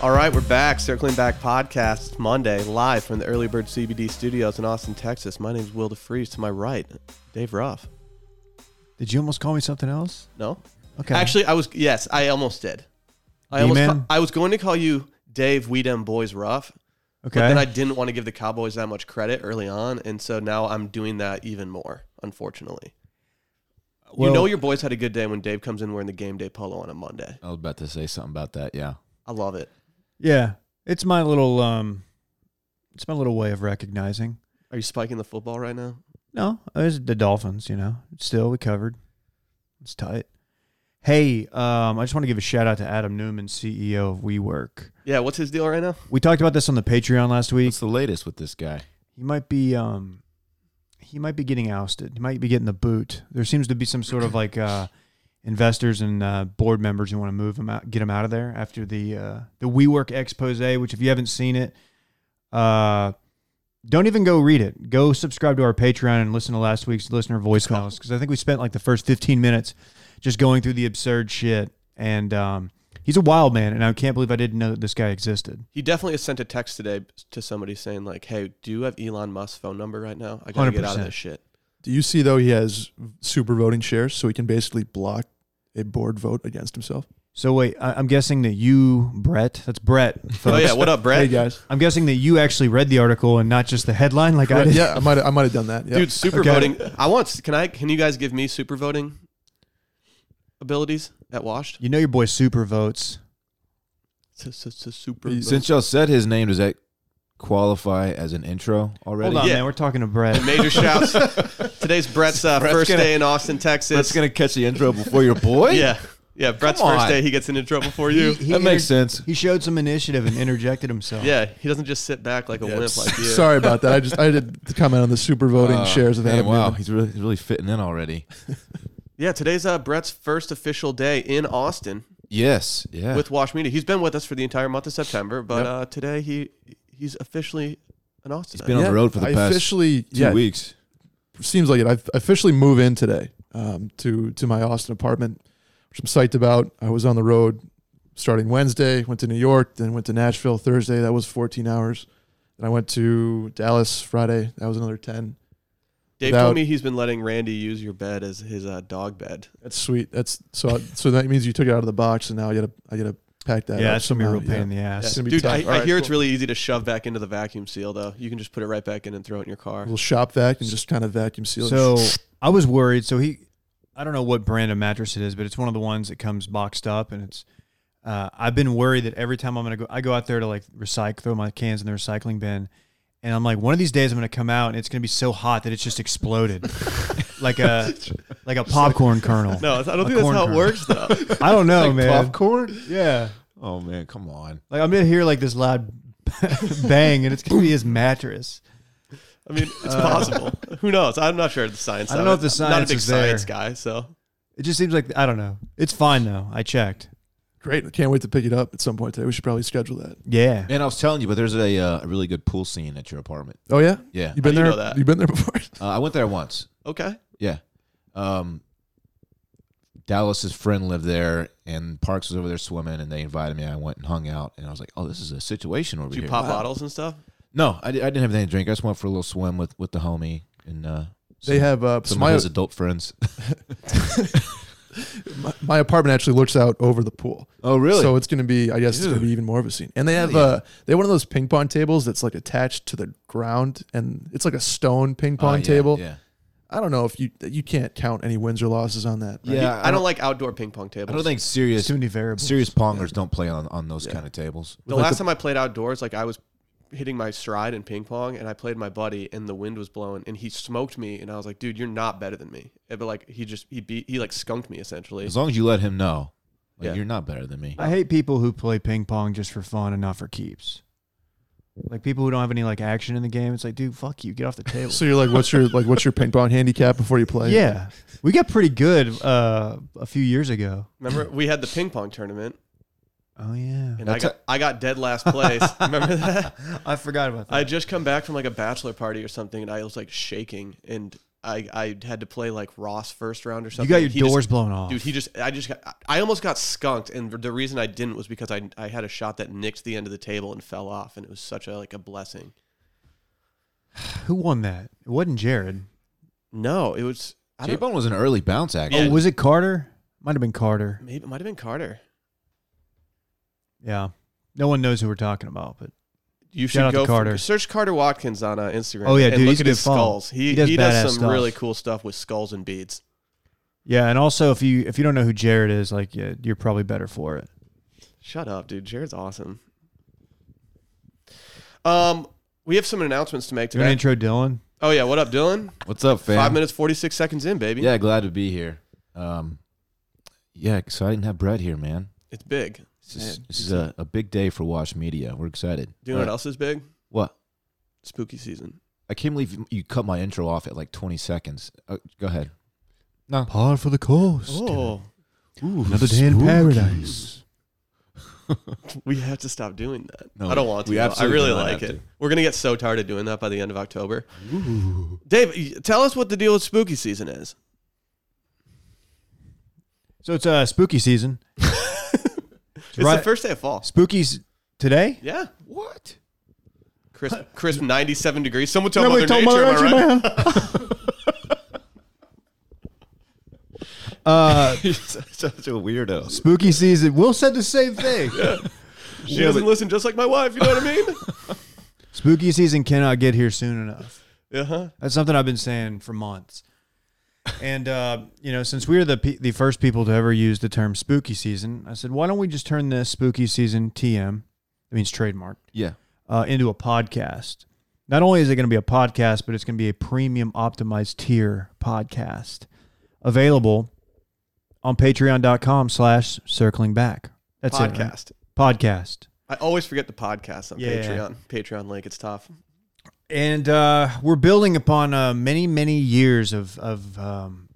All right, we're back. Circling Back Podcast Monday, live from the Early Bird CBD studios in Austin, Texas. My name's Will DeFreeze. To my right, Dave Ruff. Did you almost call me something else? No? Okay. Actually, I was, yes, I almost did. I, almost B-Man? ca- I was going to call you Dave We Dem Boys Ruff, okay. but then I didn't want to give the Cowboys that much credit early on. And so now I'm doing that even more, unfortunately. Well, you know your boys had a good day when Dave comes in wearing the game day polo on a Monday. I was about to say something about that. Yeah. I love it. yeah. It's my little um, it's my little way of recognizing. Are you spiking the football right now? No, it was the Dolphins. You know, still we covered. It's tight. Hey, um, I just want to give a shout out to Adam Newman, CEO of WeWork. Yeah, what's his deal right now? We talked about this on the Patreon last week. What's the latest with this guy? He might be um he might be getting ousted. He might be getting the boot. There seems to be some sort of like uh investors and uh, board members who want to move him out get him out of there after the uh the WeWork expose, which if you haven't seen it, uh don't even go read it. Go subscribe to our Patreon and listen to last week's listener voicemails because I think we spent like the first 15 minutes just going through the absurd shit. And um, he's a wild man, and I can't believe I didn't know that this guy existed. He definitely has sent a text today to somebody saying like, "Hey, do you have Elon Musk's phone number right now? I gotta get out of 100%. this shit." Do you see though he has super voting shares, so he can basically block a board vote against himself? So wait, I, I'm guessing that you, Brett, that's Brett. Oh folks. yeah, what up, Hey Brett? guys, I'm guessing that you actually read the article and not just the headline, like I Right, did. yeah, I might I might have done that. Yeah. Dude, super Okay. voting. I want. Can I? Can you guys give me super voting abilities at Washed? You know your boy super votes. S- s- s- Super. vote. Since y'all said his name, does that qualify as an intro already? Hold on, Yeah. man. We're talking to Brett. Major shouts. Today's Brett's, uh, Brett's 1st gonna- day in Austin, Texas. That's gonna catch the intro before your boy. yeah, yeah. Brett's Come first on. day, he gets into trouble for you. He- he that makes inter- sense. He showed some initiative and interjected himself. yeah, he doesn't just sit back like a Yeah, wimp like you. Sorry about that. I just I did the comment on the super voting Uh, shares of man, Adam. wow, Wow. he's really he's really fitting in already. Yeah, today's uh, Brett's first official day in Austin. Yes, yeah. with Wash Media. He's been with us for the entire month of September, but Yep. uh, today he he's officially an Austin. he's been on the road for the I past two officially yeah, weeks. seems like it. I officially move in today um, to to my Austin apartment, which I'm psyched about. I was on the road starting Wednesday, went to New York, then went to Nashville Thursday. That was 14 hours. Then I went to Dallas Friday. That was another 10. Dave without- told me he's been letting Randy use your bed as his uh, dog bed. That's sweet. That's so. so that means you took it out of the box, and now I gotta I gotta pack that. yeah, up that's gonna be a real somehow, pain yeah. in the ass. gonna be Dude, tough. I, All I right, hear it's cool. really easy to shove back into the vacuum seal, though. You can just put it right back in and throw it in your car. We'll shop vac and just kind of vacuum seal. it. So I was worried. So he, I don't know what brand of mattress it is, but it's one of the ones that comes boxed up, and it's. Uh, I've been worried that every time I'm gonna go, I go out there to like recycle, throw my cans in the recycling bin, and I'm like, one of these days I'm gonna come out and it's gonna be so hot that it's just exploded, like a like a popcorn kernel. no, I don't think A that's corn how it kernel. works, though. I don't know, Like Oh, man. popcorn. Yeah, Oh man, come on. like I'm gonna hear like this loud bang, and it's gonna be his mattress. I mean, it's possible. Who knows? I'm not sure of the science. I don't of know it. if the I'm not a science big is there. science guy, so It just seems like I don't know. It's fine though. I checked. great. I can't wait to pick it up at some point today. We should probably schedule that. Yeah. Man, I was telling you, but there's a, uh, a really good pool scene at your apartment. Oh yeah, Yeah, you've been do you there. know that? have been there before. uh, I went there once. okay. Yeah. Um, Dallas's friend lived there, and Parks was over there swimming, and they invited me. I went and hung out, and I was like, "Oh, this is a situation over Do you here." pop bottles and stuff? No, I, di- I didn't have anything to drink. I just went for a little swim with, with the homie and uh, some, They have uh, some my, of his adult friends. my my apartment actually looks out over the pool. oh, really? So it's gonna be I guess it's gonna Dude. be even more of a scene. And they have Hell yeah. uh they have one of those ping pong tables that's like attached to the ground, and it's like a stone ping Uh, pong yeah, table. Yeah. I don't know if you you can't count any wins or losses on that. right? Yeah, I, don't, like outdoor ping pong tables. I don't think There's serious too many variables. serious pongers don't play on, on those Yeah. kind of tables. The Like last time I played outdoors, like I was hitting my stride in ping pong, and I played my buddy, and the wind was blowing, and he smoked me, and I was like, "Dude, you're not better than me." Eh, But like, he just he beat he like skunked me essentially. As long as you let him know, like Yeah. you're not better than me. I hate people who play ping pong just for fun and not for keeps. Like people who don't have any like action in the game. It's like, dude, fuck you, get off the table. So you're like, what's your like, what's your ping pong handicap before you play? yeah, we got pretty good uh, a few years ago. Remember, we had the ping pong tournament, Oh yeah, and I That's got I got dead last place. Remember that? I forgot about that. I had just come back from like a bachelor party or something, and I was like shaking, and I I, I had to play like Ross first round or You something. got your He just- doors blown off. dude. He just I just got I almost got skunked, and the reason I didn't was because I I had a shot that nicked the end of the table and fell off, and it was such a like a blessing. Who won that? It wasn't Jared. No, it was I J don't Bone was an early bounce actually. Yeah. Oh, was it Carter? Might have been Carter. maybe it might have been Carter. Yeah. No one knows who we're talking about, but You Shout out should to go for- Carter. search Carter Watkins on uh, Instagram. Oh, yeah, and dude, look he's a at good his follow. skulls. He He he does does, badass some stuff. really cool stuff with skulls and beads. yeah. And also, if you if you don't know who Jared is, like yeah, you're probably better for it. Shut up, dude. Jared's awesome. Um, we have some announcements to make Do you want today. to intro Dylan? oh yeah, what up, Dylan? What's up, fam? Five minutes forty six seconds in, baby. Yeah, glad to be here. Um, yeah, exciting to have Brett here, man. it's big. This is, Man, this is a, a big day for Wash Media. We're excited. Do you know Uh, what else is big? What? Spooky season. I can't believe you- you cut my intro off at like 20 seconds. Uh, go ahead. Par for the course. Oh, Another day in paradise. we have to stop doing that. Oh, No, I don't want to. we though. I absolutely really do not like have it. to. We're gonna get so tired of doing that by the end of October. Dave, y- tell us what the deal with spooky season is. So it's uh, spooky season. It's right- the first day of fall. Spooky's today. Yeah, What? crisp, crisp, ninety-seven degrees. Someone tell Nobody Mother told Nature, Mother am I Nature, right? man. Uh, Such a weirdo. spooky season. Will said the same thing. She doesn't listen, just like my wife. You know what I mean? Spooky season cannot get here soon enough. Uh huh. That's something I've been saying for months. And uh, you know, since we are the pe- the first people to ever use the term spooky season, I said, why don't we just turn this spooky season TM, that means trademark, Yeah. uh, into a podcast. Not only is it going to be a podcast, but it's going to be a premium optimized tier podcast available on patreon.com slash circling back. That's it. right? Podcast. Podcast. I always forget the podcast on Yeah. Patreon. Patreon link. It's tough. and uh, we're building upon uh, many many years of of um,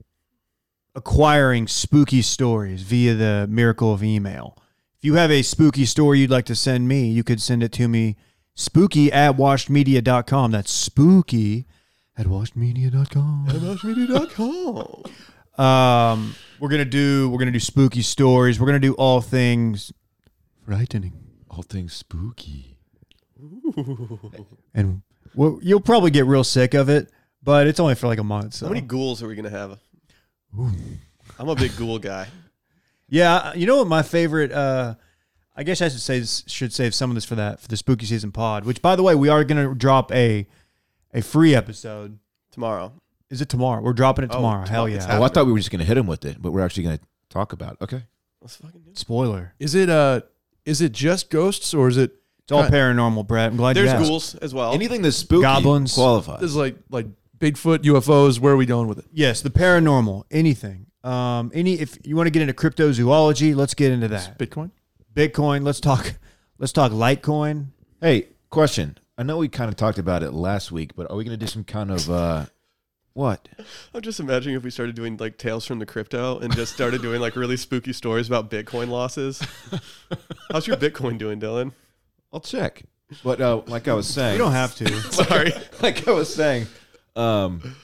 acquiring spooky stories via the miracle of email. If you have a spooky story you'd like to send me, you could send it to me spooky at washedmedia.com. That's spooky at washedmedia.com. Washmedia.com. Um, we're gonna do we're gonna do spooky stories. We're gonna do all things frightening. All things spooky. And well, you'll probably get real sick of it, but it's only for like a month. So. How many ghouls are we gonna have? I'm a big ghoul guy. Yeah, uh, you know what my favorite uh I guess I should say should save some of this for that for the spooky season pod, which by the way, we are going to drop a a free episode. Tomorrow. Is it tomorrow? We're dropping it Oh, tomorrow. Hell tomorrow. It's yeah. happening. Oh, I thought we were just going to hit him with it, but we're actually going to talk about it. Okay. Let's fucking do it. Spoiler. Is it uh is it just ghosts or is it It's all Cut. paranormal, Brett. I'm glad you There's asked. ghouls as well. Oh. Anything that's spooky Goblins. qualifies. this is like like Bigfoot, UFOs, where are we going with it? Yes, the paranormal, anything. Um any if you want to get into cryptozoology, let's get into that. Bitcoin? Bitcoin, let's talk let's talk Litecoin. Hey, question. I know we kind of talked about it last week, but are we going to do some kind of uh what? I'm just imagining if we started doing like tales from the crypto and just started doing like really spooky stories about Bitcoin losses. How's your Bitcoin doing, Dylan? I'll check. But uh like I was saying, You don't have to. Sorry. like I was saying, um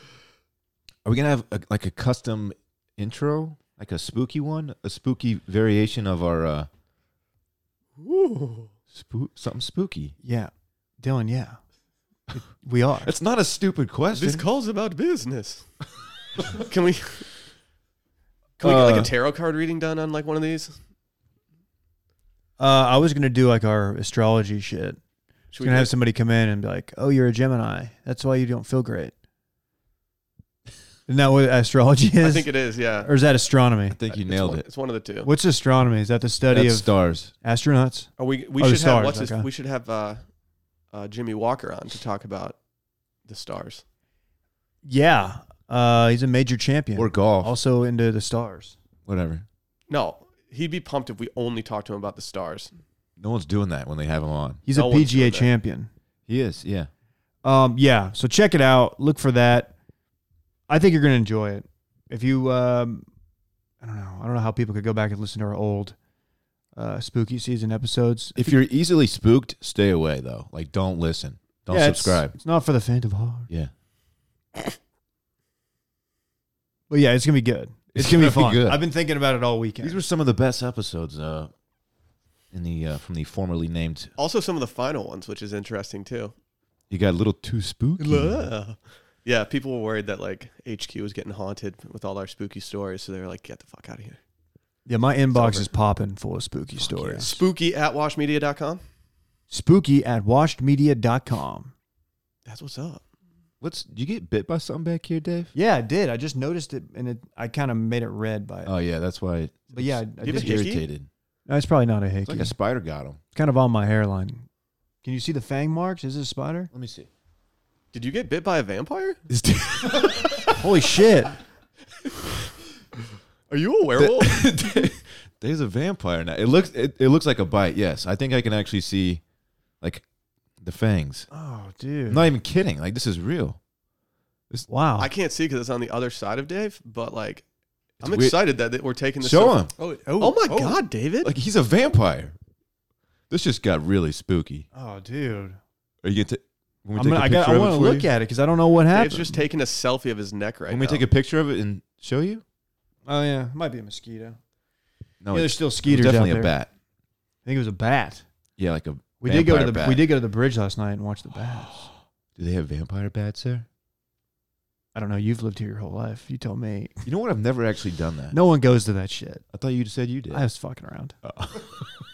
are we going to have a, like a custom intro? Like a spooky one? A spooky variation of our uh spook something spooky. yeah. Dylan, yeah. We are. It's not a stupid question. This call's about business. can we Can we get like Uh, a tarot card reading done on like one of these? Uh, I was gonna do like our astrology shit. Should we We're gonna do- have somebody come in and be like, "Oh, you're a Gemini. That's why you don't feel great." Isn't that what astrology I is, think it is, yeah. or is that astronomy? I think you It's nailed one- it. It's one of the two. What's astronomy? Is that the study That's of stars. astronauts? Are we we Oh, the should stars, have what's his, okay. we should have uh, uh, Jimmy Walker on to talk about the stars. Yeah, uh, he's a major champion. Or golf. also into the stars. Whatever. No, he'd be pumped if we only talked to him about the stars. No one's doing that when they have him on. He's No a one's doing PGA that. champion. He is, yeah. Um, yeah. So check it out. Look for that. I think you're gonna enjoy it. If you, um, I don't know. I don't know how people could go back and listen to our old uh, spooky season episodes. If you're easily spooked, stay away though. Like don't listen. Don't Yeah, it's- subscribe. It's, not for the faint of heart. Yeah. But yeah, it's gonna be good. It's, gonna, be fun. good. I've been thinking about it all weekend. These were some of the best episodes uh, in the uh, from the formerly named. Also, some of the final ones, which is interesting too. You got a little too spooky. Yeah, people were worried that like HQ was getting haunted with all our spooky stories, so they were like, "Get the fuck out of here." yeah, my inbox over. is popping full of spooky stories. Spooky at washmedia.com. Spooky at washedmedia.com. That's what's up. What's you get bit by something back here, Dave? Yeah, I did. I just noticed it, and it, I kind of made it red by it. Oh yeah, that's why. it- but yeah, I, I Give did. it it's a hickey? irritated. No, it's probably not a It's hickey. like a spider got him. It's kind of on my hairline. Can you see the fang marks? Is it a spider? Let me see. Did you get bit by a vampire? Holy shit! Are you a werewolf? There's a vampire now. It looks it, it looks like a bite. Yes, I think I can actually see, like, the fangs. Oh, dude. I'm not even kidding. Like this is real. Wow. I can't see because it's on the other side of Dave, but like, I'm weird. excited that that we're taking this. Show so- him. oh, Oh my god, David! Like he's a vampire. This just got really spooky. Oh, dude. Are you gonna ta- when we I'm take gonna, a I, picture got, I of it want to for look you? at it because I don't know what happened. Dave's just taking a selfie of his neck right Can we now. take a picture of it and show you? oh yeah, it might be a mosquito. yeah, No, it's there's still it was skeeters definitely out there. a bat. I think it was a bat. Yeah, like a. Do We did go to Vampire the bat. we did go to the bridge last night and watch the bats. they have vampire bats there? I don't know. You've lived here your whole life. You tell me. You know what? I've never actually done that. No one goes to that shit. I thought you said you did. I was fucking around. Oh.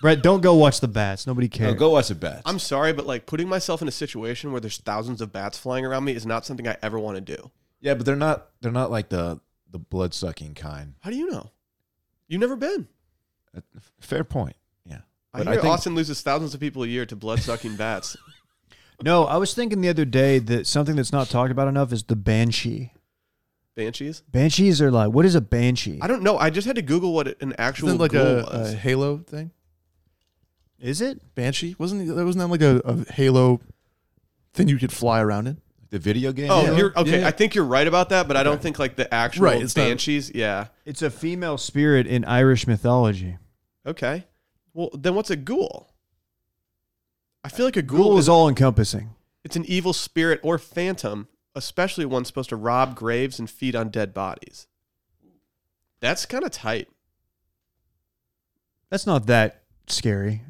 Brett, don't go watch the bats. Nobody cares. No, go watch the bats. I'm sorry, but like putting myself in a situation where there's thousands of bats flying around me is not something I ever want to do. yeah, but they're not. They're not like the the blood sucking kind. How do you know? You've never been. Uh, f- Fair point. Yeah, I But I hear think- Austin loses thousands of people a year to blood sucking bats. No, I was thinking the other day that something that's not talked about enough is the banshee. Banshees? Banshees are like, what is a banshee? I don't know. I just had to Google what an actual Isn't that like ghoul a, a was. Halo thing? Is it? Banshee wasn't that wasn't that like a, a Halo thing you could fly around in? the video game. oh, yeah. you're okay. Yeah. I think you're right about that, but I don't think like the actual Right, it's not- banshees. yeah. It's a female spirit in Irish mythology. Okay. Well, then what's a ghoul? I feel like a ghoul, Ghoul is is all encompassing. it's an evil spirit or phantom, especially one supposed to rob graves and feed on dead bodies. That's kind of tight. That's not that scary.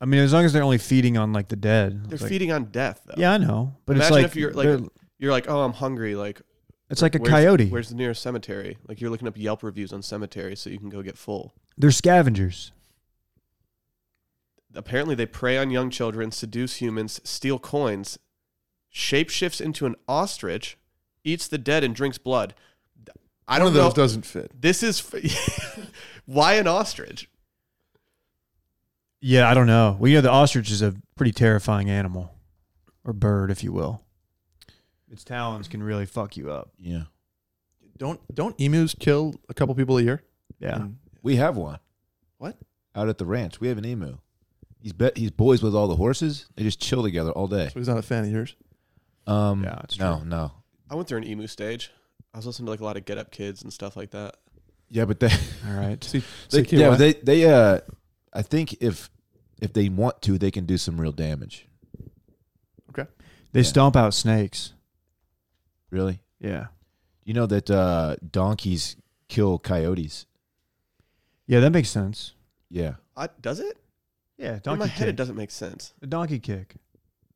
I mean, as long as they're only feeding on like the dead. They're It's like- feeding on death, though. Yeah, I know, but Imagine it's like if you're they're- like you're like, oh, I'm hungry. Like it's like a where's- coyote. Where's the nearest cemetery? Like you're looking up Yelp reviews on cemeteries so you can go get full. they're scavengers. Apparently, they prey on young children, seduce humans, steal coins, shapeshifts into an ostrich, eats the dead, and drinks blood. I One don't of those know. doesn't fit. This is f- why an ostrich. Yeah, I don't know. Well, you know, the ostrich is a pretty terrifying animal, or bird, if you will. Its talons can really fuck you up. yeah. Don't don't emus kill a couple people a year? Hmm. Yeah, And We have one. What? Out at the ranch, we have an emu. He's bet he's boys with all the horses. They just chill together all day. so he's not a fan of yours. Um, Yeah, it's no, true. no. I went through an emu stage. I was listening to like a lot of Get Up Kids and stuff like that. Yeah, but they, all right. See, they CKY. yeah, they they uh, I think if if they want to, they can do some real damage. They Yeah. stomp out snakes. Really, Yeah, you know that uh, donkeys kill coyotes. yeah, that makes sense. Yeah, I, does it? Yeah, In donkey my head, it kick. doesn't make sense. The donkey kick.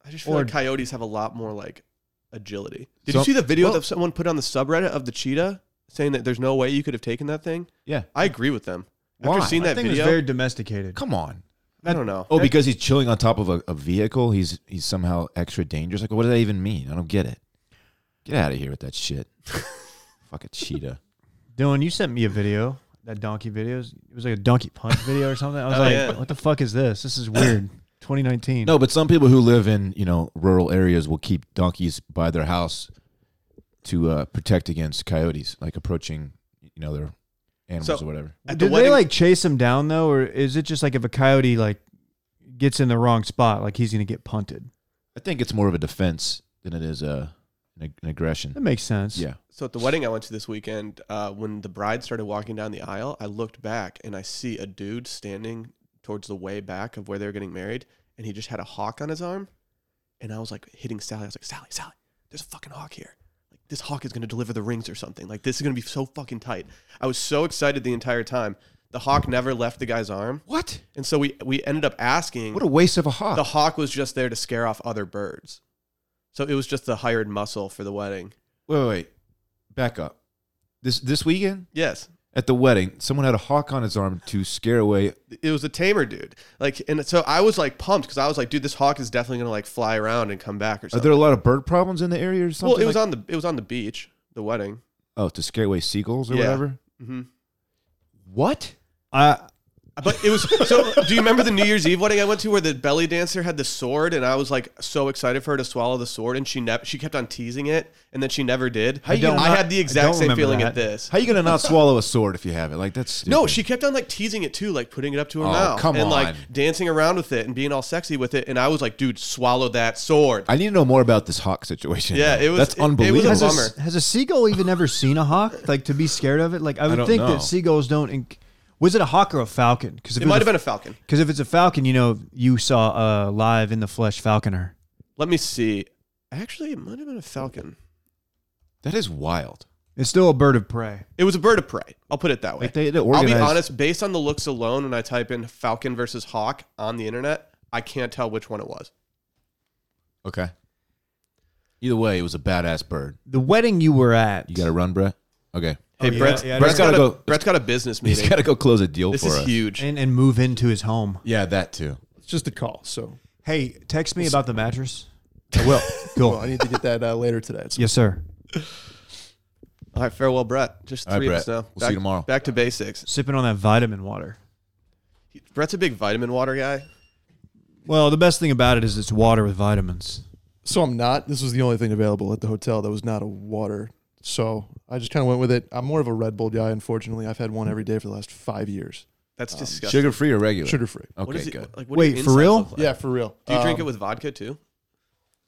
I just feel Or- like coyotes have a lot more like agility. Did Some- you see the video well- that someone put on the subreddit of the cheetah saying that there's no way you could have taken that thing? yeah. I agree with them. After Why? seeing that That thing was video, very domesticated. Come on. I don't know. Oh, because he's chilling on top of a, a vehicle, he's he's somehow extra dangerous. Like, what does that even mean? I don't get it. Get out of here with that shit. Fuck a cheetah. Dylan, you sent me a video. That donkey videos. It was like a donkey punch video or something. I was Oh, like, yeah. what the fuck is this? This is weird. 2019. No, but some people who live in you know rural areas will keep donkeys by their house to uh, protect against coyotes, like approaching you know their animals So- or whatever. At the Did they wedding- like chase him down though, or is it just like if a coyote like gets in the wrong spot, like he's gonna get punted? I think it's more of a defense than it is a an, ag- an aggression. That makes sense. Yeah, So at the wedding I went to this weekend, uh, when the bride started walking down the aisle, I looked back and I see a dude standing towards the way back of where they were getting married, and he just had a hawk on his arm, and I was like hitting Sally. I was like, Sally, Sally, there's a fucking hawk here. Like this hawk is going to deliver the rings or something. Like this is going to be so fucking tight. I was so excited the entire time. The hawk never left the guy's arm, What? and so we we ended up asking. What a waste of a hawk. the hawk was just there to scare off other birds, so it was just the hired muscle for the wedding. wait, wait, wait. Back up. This this weekend Yes, at the wedding, someone had a hawk on his arm to scare away. it was a tamer dude. Like, and so I was like pumped because I was like, dude, this hawk is definitely going to like fly around and come back or Are something. there a lot of bird problems in the area or something? well, it was like- on the it was on the beach, the wedding. oh to scare away seagulls or Yeah. whatever. hmm What? I But it was so. Do you remember the New Year's Eve wedding I went to where the belly dancer had the sword, and I was like so excited for her to swallow the sword, and she never she kept on teasing it, and then she never did. How you I, gonna not- had the I exact don't same remember feeling that. at this. How you gonna not swallow a sword if you have it? Like that's stupid. No, she kept on like teasing it too, like putting it up to her Oh, mouth, come and like on. dancing around with it and being all sexy with it, and I was like, dude, swallow that sword. I need to know more about this hawk situation. Yeah, it was- that's it- it was a unbelievable. has a, bummer. has a seagull even ever seen a hawk? Like to be scared of it? Like I would don't think know. that seagulls don't. Inc- was it a hawk or a falcon? Because it might have been a falcon. Because if it's a falcon, you know you saw a live in the flesh falconer. Let me see. Actually, it might have been a falcon. that is wild. It's still a bird of prey. It was a bird of prey. I'll put it that way. Like they, they I'll be organized. honest, based on the looks alone, when I type in falcon versus hawk on the internet, I can't tell which one it was. Okay. Either way, it was a badass bird. The wedding you were at, You got to run, Brett. Okay. Hey, yeah, Brett's, yeah, Brett's I got know. a, Gotta go- Brett's got a business He's meeting. got to go close a deal this for is us. huge. and and move into his home. Yeah, that too. It's just a call. So Hey, text me about the mattress. I will. Cool. well, I need to get that uh, later today. It's- yes, sir. All right, farewell, Brett. Just All right, three of us now. Brett. We'll see you tomorrow. Back to basics. Sipping on that vitamin water. Brett's a big vitamin water guy. Well, the best thing about it is it's water with vitamins. So I'm not. This was the only thing available at the hotel that was not a water. So I just kind of went with it. I'm more of a Red Bull guy. Unfortunately, I've had one every day for the last five years, That's disgusting. Sugar free or regular? sugar free. Okay, What is it- good. Like, what do Wait, your for insides real? look like? Yeah, for real. Do you drink it Um, with vodka too?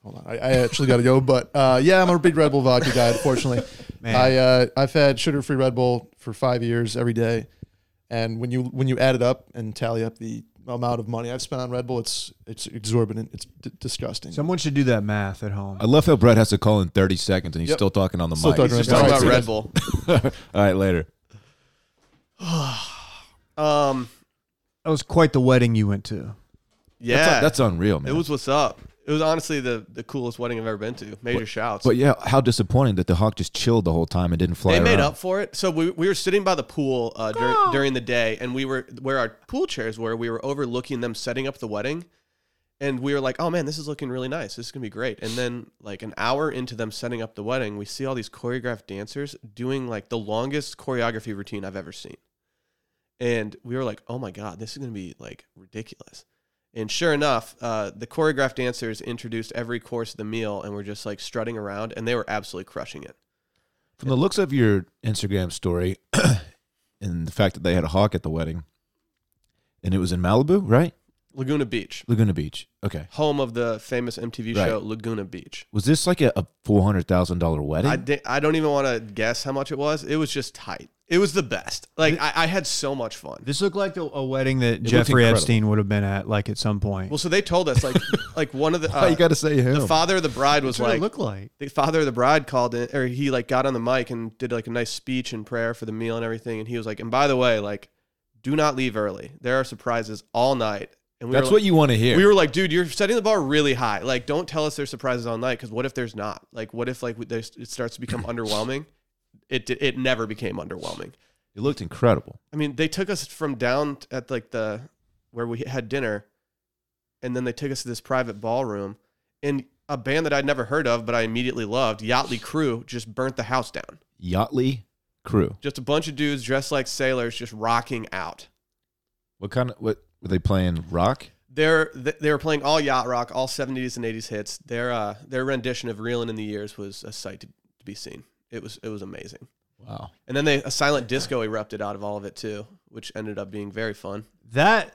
Hold on, I, I actually got to go, but uh, yeah, I'm a big Red Bull vodka guy. Unfortunately, Man. I uh, I've had sugar-free Red Bull for five years every day, and when you when you add it up and tally up the amount of money I've spent on Red Bull, it's it's exorbitant. It's d- disgusting. Someone should do that math at home. I love how Brett has to call in 30 seconds and he's Yep. still talking on the Still mic. talking Just All talking right, about so Red that's- Bull. All right, later. Um, That was quite the wedding you went to. yeah, That's, that's unreal, man. it was what's up. It was honestly the, the coolest wedding I've ever been to. Major shouts. but yeah, how disappointing that the hawk just chilled the whole time and didn't fly They made around. up for it. So we, we were sitting by the pool uh, during, during the day, and we were where our pool chairs were. We were overlooking them setting up the wedding, and we were like, "Oh man, this is looking really nice. This is gonna be great." And then, like an hour into them setting up the wedding, we see all these choreographed dancers doing like the longest choreography routine I've ever seen, and we were like, "Oh my god, this is gonna be like ridiculous." And sure enough, uh, the choreographed dancers introduced every course of the meal, and were just like strutting around, and they were absolutely crushing it. From the looks of your Instagram story and the fact that they had a hawk at the wedding, and it was in Malibu, right? Laguna Beach. Laguna Beach. Okay. home of the famous MTV Right. show Laguna Beach. Was this like a, a $400,000 wedding? I, di- I don't even want to guess how much it was. It was just tight. It was the best. Like I, I had so much fun. This looked like the, a wedding that looked Jeffrey incredible. Epstein would have been at, like at some point. Well, so they told us like like one of the Why uh, you got to say him? the father of the bride was That's what like it looked like? the father of the bride called in or he like got on the mic and did like a nice speech and prayer for the meal and everything and he was like and by the way like do not leave early. There are surprises all night. And we That's were, what you want to hear. we were like, dude, you're setting the bar really high. Like, don't tell us there's surprises all night because what if there's not? Like, what if like we- there's, it starts to become underwhelming? It di- it never became underwhelming. it looked incredible. I mean, they took us from down t- at like the where we had dinner, and then they took us to this private ballroom, and a band that I'd never heard of but I immediately loved, Yachtly Crew, just burnt the house down. Yachtly crew. Just a bunch of dudes dressed like sailors, just rocking out. What kind of what were they playing? Rock. They're th- they were playing all yacht rock, all '70s and '80s hits. Their uh, their rendition of "Reeling in the Years" was a sight to, to be seen. It was it was amazing. Wow. And then they a silent disco erupted out of all of it too, which ended up being very fun. That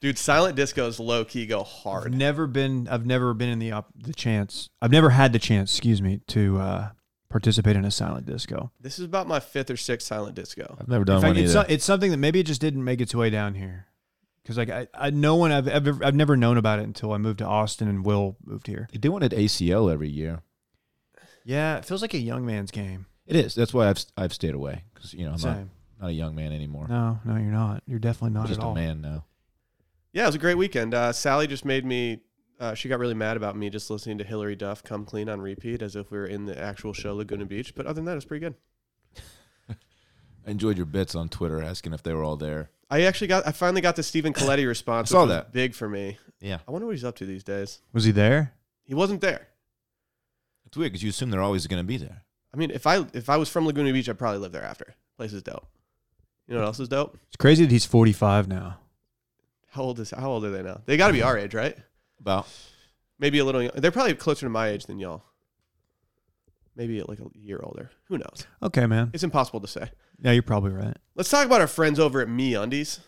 Dude, silent discos low key go I've hard. never been. I've never been in the op- the chance. I've never had the chance. Excuse me to uh, participate in a silent disco. This is about my fifth or sixth silent disco. I've never done In one fact, it's, so- either. it's something that maybe it just didn't make its way down here. Because like I, I, no one I've ever, I've never known about it until I moved to Austin and Will moved here. they do one at ACL every year. Yeah, it feels like a young man's game. It is. That's why I've I've stayed away because you know I'm not, Same. not a young man anymore. No, no, you're not. You're definitely I'm not just at a all. man now. Yeah, it was a great weekend. Uh, Sally just made me. Uh, she got really mad about me just listening to Hillary Duff "Come Clean" on repeat, as if we were in the actual show Laguna Beach. But other than that, it's pretty good. I enjoyed your bits on Twitter asking if they were all there. I actually got. I finally got the Stephen Coletti response. I saw which was that. big for me. Yeah, I wonder what he's up to these days. Was he there? He wasn't there. it's weird because you assume they're always going to be there. I mean, if I if I was from Laguna Beach, I'd probably live there after. Place is dope. You know what else is dope? It's crazy that he's 45 now. How old is how old are they now? They got to be our age, right? About Maybe a little. They're probably closer to my age than y'all. Maybe like a year older. Who knows? Okay, man. It's impossible to say. Yeah, you're probably right. Let's talk about our friends over at Me Undies.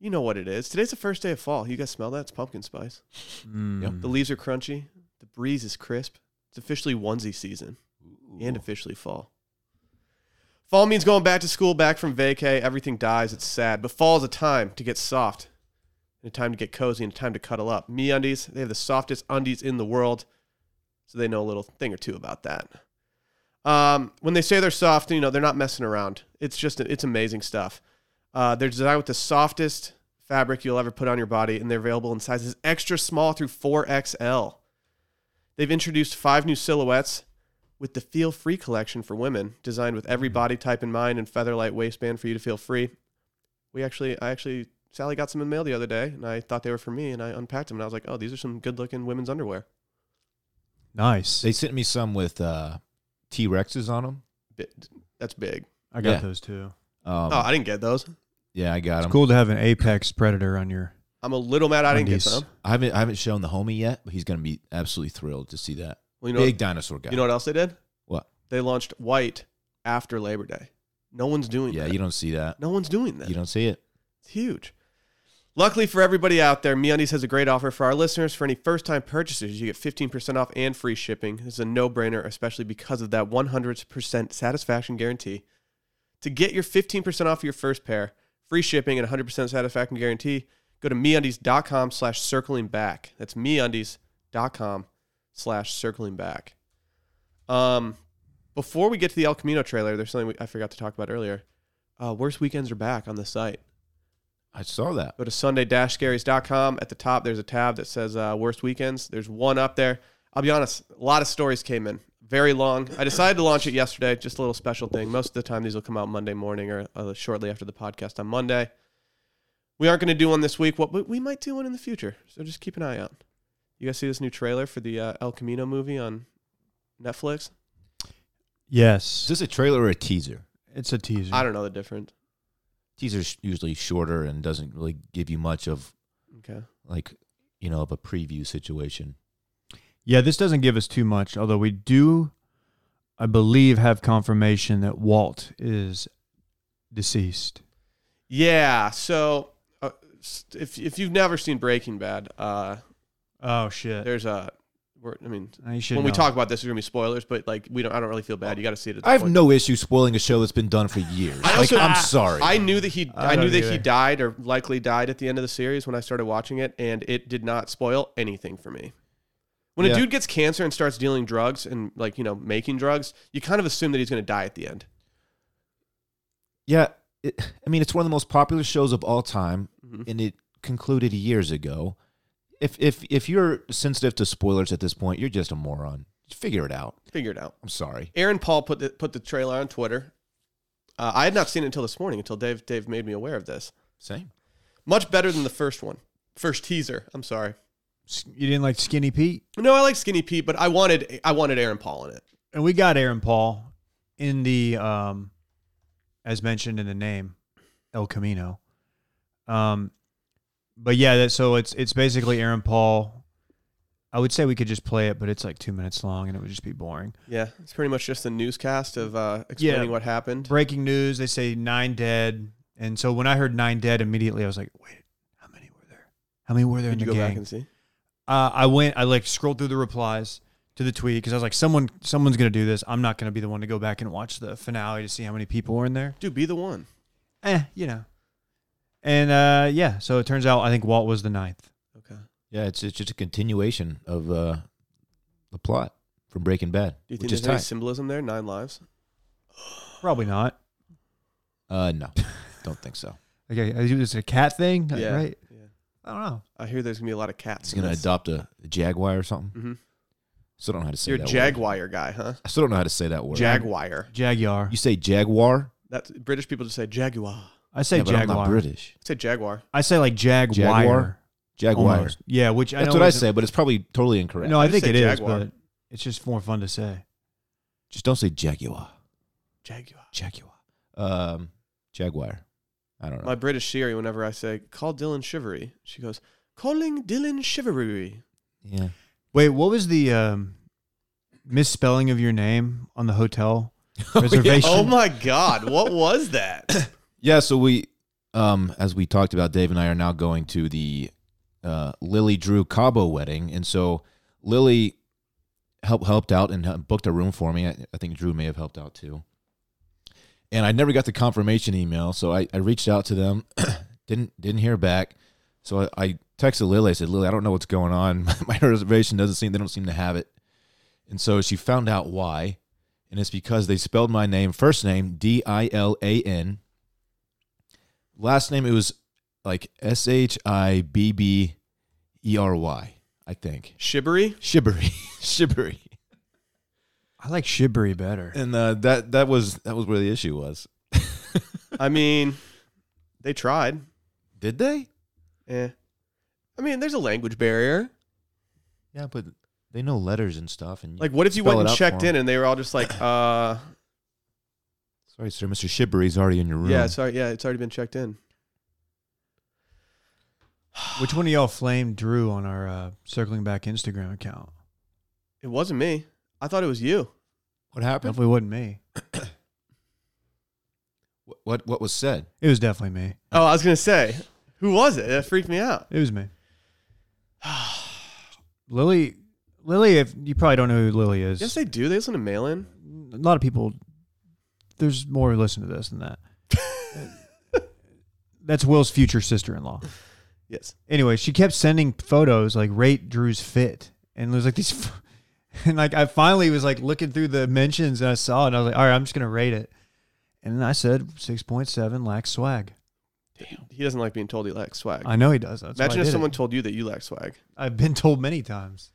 You know what it is. Today's the first day of fall. You guys smell that? It's pumpkin spice. Mm. The leaves are crunchy. The breeze is crisp. It's officially onesie season. and officially fall. Fall means going back to school, back from vacay. Everything dies. It's sad. But fall is a time to get soft, and a time to get cozy, and a time to cuddle up. Me undies, they have the softest undies in the world, so they know a little thing or two about that. Um, when they say they're soft, you know they're not messing around. It's just it's amazing stuff. Uh, they're designed with the softest fabric you'll ever put on your body, and they're available in sizes extra small through 4XL. They've introduced five new silhouettes with the Feel Free collection for women, designed with Mm-hmm. every body type in mind and feather light waistband for you to feel free. We actually, I actually, Sally got some in the mail the other day, and I thought they were for me, and I unpacked them, and I was like, oh, these are some good looking women's underwear. Nice. They sent me some with uh, T Rexes on them. Bi- That's big. I got Yeah. those too. Um, oh, I didn't get those. yeah, I got It's them. cool to have an apex predator on your. I'm a little mad I didn't get Undies. some. I haven't I haven't shown the homie yet, but he's going to be absolutely thrilled to see that Well, you know, big dinosaur guy. you know what else they did? What? They launched white after Labor Day. No one's doing yeah, that. you don't see that. no one's doing that. You don't see it. It's huge. Luckily for everybody out there, MeUndies has a great offer for our listeners. For any first-time purchases, you get 15% off and free shipping. This is a no-brainer, especially because of that 100% satisfaction guarantee. To get your 15% off your first pair, free shipping and 100% satisfaction guarantee, go to MeUndies.com slash circling back. That's MeUndies.com slash circling back. Um, before we get to the El Camino trailer, there's something we, I forgot to talk about earlier. Uh, worst weekends are back on the site I saw that. go to sunday-scaries.com at the top there's a tab that says uh, worst weekends there's one up there i'll be honest a lot of stories came in very long i decided to launch it yesterday just a little special thing most of the time these will come out monday morning or uh, shortly after the podcast on monday we aren't going to do one this week what but we might do one in the future so just keep an eye out you guys see this new trailer for the uh, el camino movie on netflix Is Yes. this a trailer or a teaser? It's a teaser. i don't know the difference Teaser's usually shorter and doesn't really give you much of okay like you know of a preview situation. Yeah, this doesn't give us too much, although we do, I believe, have confirmation that Walt is deceased. yeah so uh, s- if, if you've never seen breaking bad uh, Oh shit! there's a we're, i mean I should when we know. talk about this, there's gonna be spoilers, but like we don't, I don't really feel bad. You got to see it. At this I have point. no issue spoiling a show that's been done for years. I like, also- I'm sorry. I knew that he, I I, knew don't that he either. died or likely died at the end of the series when I started watching it, and it did not spoil anything for me. When Yeah. a dude gets cancer and starts dealing drugs and like you know making drugs, you kind of assume that he's gonna die at the end. yeah, it, I mean it's one of the most popular shows of all time, Mhm. and it concluded years ago. If if if you're sensitive to spoilers at this point, you're just a moron. Figure it out. Figure it out. I'm sorry. Aaron Paul put the, put the trailer on Twitter. Uh, I had not seen it until this morning, until Dave Dave made me aware of this. Same. Much better than the first one, first teaser. I'm sorry. S- You didn't like Skinny Pete, No, I like Skinny Pete, but I wanted I wanted Aaron Paul in it. and we got Aaron Paul in the, um, as mentioned in the name, El Camino. Um, but yeah, that, so it's it's basically Aaron Paul. I would say we could just play it, but it's like two minutes long, and it would just be boring. Yeah, it's pretty much just a newscast of uh, explaining Yeah. what happened. breaking news. They say nine dead, and so when I heard nine dead, immediately I was like, wait, how many were there? How many were there Did in you the go gang? back and see? uh, I went, I like scrolled through the replies to the tweet because I was like, someone, someone's gonna do this. I'm not gonna be the one to go back and watch the finale to see how many people were in there. Dude, be the one. Eh, you know. And uh, yeah, so it turns out I think Walt was the ninth. Okay. Yeah, it's it's just a continuation of uh, the plot. from Breaking Bad, Do you think which is there's any tight. symbolism there? Nine lives. Probably not. uh, no, don't think so. Okay, it's a cat thing, Yeah. right? Yeah. I don't know. I hear there's gonna be a lot of cats. He's gonna adopt a, a jaguar or something. Mm-hmm. hmm Still don't know how to say You're a that. Word. jaguar guy, huh? I still don't know how to say that word. Jaguar. Jaguar. You say jaguar? That's British people just say jaguar. I say Yeah, but I'm jaguar. Oh, not British. I say jaguar. I say like jaguar. Jaguar? Jaguar. Almost. Yeah, which I That's know what I isn't- say, but it's probably totally incorrect. No, I I just think say it is, jaguar. but it's just more fun to say. Just don't say jaguar. Jaguar. Jaguar. Um, jaguar. I don't know. My British Siri, whenever I say call Dylan Shivery, she goes calling Dylan Shivery. yeah. Wait, what was the um, misspelling of your name on the hotel yeah. reservation? Oh my God, what was that? Yeah, so we, um, as we talked about, Dave and I are now going to the uh, Lily Drew Cabo wedding, and so Lily helped helped out and uh, booked a room for me. I, I think Drew may have helped out too. And I never got the confirmation email, so I, I reached out to them, didn't didn't hear back. So I, I texted Lily. I said, Lily, I don't know what's going on. My reservation doesn't seem they don't seem to have it. And so she found out why, and it's because they spelled my name first name D I L A N last name it was like S H I B B E R Y, I think. Shivery. Shibbery, shibbery, I like shibbery better. and uh, that that was that was where the issue was. I mean, they tried. Did they? Eh. I mean, there's a language barrier. Yeah, but they know letters and stuff. And Like, what if you Spell it went and out checked for 'em. in and they were all just like, uh, sorry, sir, Mister Shibbery's already in your room. yeah, sorry, yeah, it's already been checked in. Which one of y'all flamed Drew on our uh, circling back Instagram account? It wasn't me. I thought it was you. what happened? Definitely wasn't me. What, what what was said? It was definitely me. Oh, I was gonna say, who was it? That freaked me out. It was me. Lily, Lily, if you probably don't know who Lily is. Yes, they do. They listen to mail in. a lot of people there's more who listen to this than that that's will's future sister-in-law Yes. anyway she kept sending photos like rate drew's fit and it was like these f- and like i finally was like looking through the mentions and i saw it and i was like all right i'm just gonna rate it and then i said 6.7 lacks swag He doesn't like being told he lacks swag. i know he does that's why I Imagine if did it. someone told you that you lack swag. i've been told many times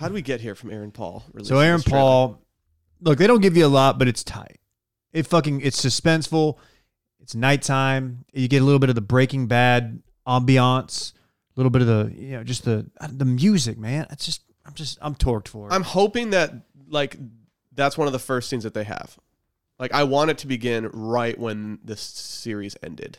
How do we get here from Aaron Paul? releasing So Aaron this trailer? Paul, look, they don't give you a lot, but it's tight. It fucking it's suspenseful. It's nighttime. You get a little bit of the Breaking Bad ambiance, a little bit of the you know just the the music, man. It's just I'm just I'm torqued for it. I'm hoping that like that's one of the first scenes that they have. Like I want it to begin right when this series ended.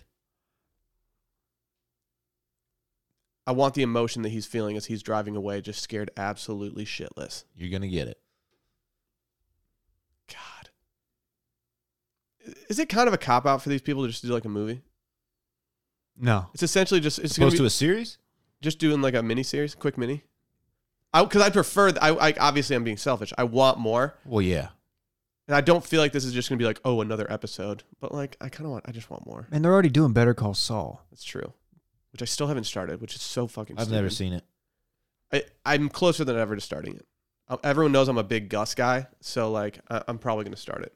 I want the emotion that he's feeling as he's driving away, just scared absolutely shitless. You're gonna get it. God. Is it kind of a cop out for these people to just do like a movie? no, It's essentially just it's gonna Supposed be, to a series? just doing like a mini series, quick mini. I because I prefer. th- I, I obviously I'm being selfish. I want more, Well, yeah. and I don't feel like this is just gonna be like oh another episode. But like I kind of want. I just want more. and they're already doing Better Call Saul. That's true. Which I still haven't started. Which is so fucking. I've never stupid. seen it. I, I'm closer than ever to starting it. Um, everyone knows I'm a big Gus guy, so like I, I'm probably gonna start it.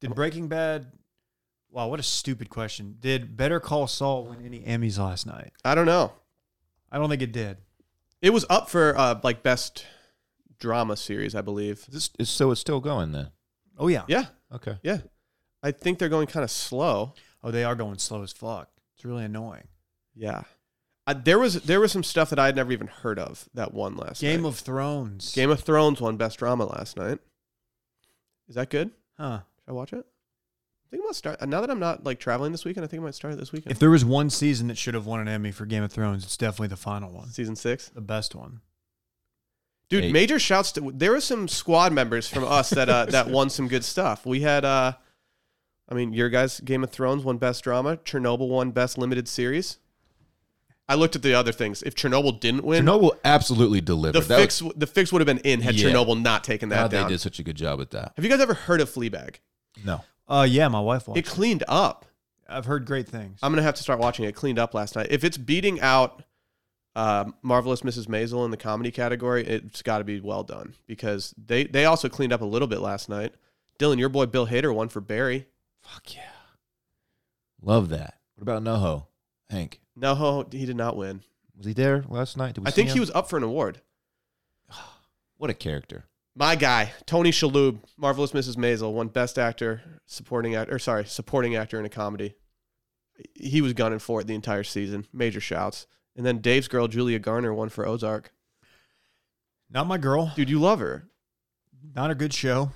Did Breaking Bad? Wow, what a stupid question. Did Better Call Saul win any Emmys last night? I don't know. I don't think it did. It was up for uh, like best drama series, I believe. This is so it's still going then. Oh yeah. Yeah, Okay. yeah. I think they're going kind of slow. Oh, they are going slow as fuck. It's really annoying. Yeah. I, there was there was some stuff that I had never even heard of that won last Game night. of Thrones. Game of Thrones won best drama last night. Is that good? Huh. Should I watch it? I think I might start now that I'm not like traveling this weekend. I think I might start it this weekend. If there was one season that should have won an Emmy for Game of Thrones, it's definitely the final one, Season six, the best one. dude. Hey. Major shouts to there were some squad members from us that uh, that won some good stuff. We had, uh I mean, your guys Game of Thrones won best drama. Chernobyl won best limited series. I looked at the other things. If Chernobyl didn't win, Chernobyl absolutely delivered. the That was- fix the fix would have been in had Yeah. Chernobyl not taken that God, down. they did such a good job at that. Have you guys ever heard of Fleabag? No. Uh, yeah, my wife watched. It Uh, cleaned up. I've heard great things. I'm gonna have to start watching it. It Cleaned up last night. If it's beating out uh, Marvelous Mrs. Maisel in the comedy category, it's got to be well done because they they also cleaned up a little bit last night. Dylan, your boy Bill Hader won for Barry. Fuck yeah. Love that. What about Noho? Hank, No, he did not win. was he there last night? Did we I see think him? he was up for an award. What a character. My guy, Tony Shalhoub, Marvelous Mrs. Maisel, won Best Actor, Supporting Actor, or sorry, Supporting Actor in a Comedy. He was gunning for it the entire season. Major shouts. And then Dave's girl, Julia Garner, won for Ozark. Not my girl. Dude, you love her. Not a good show.